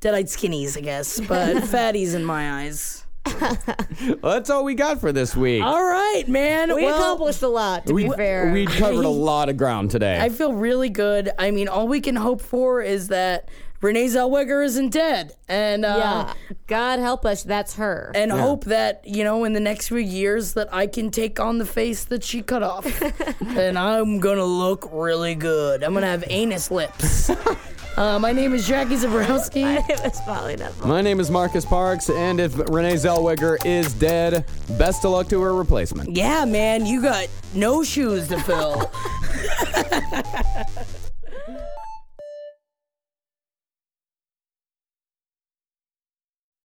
[SPEAKER 2] Dead-eyed skinnies,
[SPEAKER 1] <laughs>
[SPEAKER 2] I guess, but fatties in my eyes.
[SPEAKER 3] Well, that's all we got for this week.
[SPEAKER 2] All right, man.
[SPEAKER 1] We
[SPEAKER 2] well,
[SPEAKER 1] accomplished a lot, to
[SPEAKER 3] we
[SPEAKER 1] be Oh, fair. <laughs>
[SPEAKER 3] we covered a lot of ground today.
[SPEAKER 2] I feel really good. I mean, all we can hope for is that Renee Zellweger isn't dead, and uh,
[SPEAKER 1] yeah. God help us, that's
[SPEAKER 2] <laughs>
[SPEAKER 1] her.
[SPEAKER 2] and hope that you know in the next few years that I can take on the face that she cut off, and I'm gonna look really good. I'm gonna have anus lips. uh, my name is Jackie Zabrowski.
[SPEAKER 1] it was falling up.
[SPEAKER 3] My name is Marcus Parks, and if Renee Zellweger is dead, best of luck to her replacement.
[SPEAKER 2] Yeah, man, you got no shoes to fill.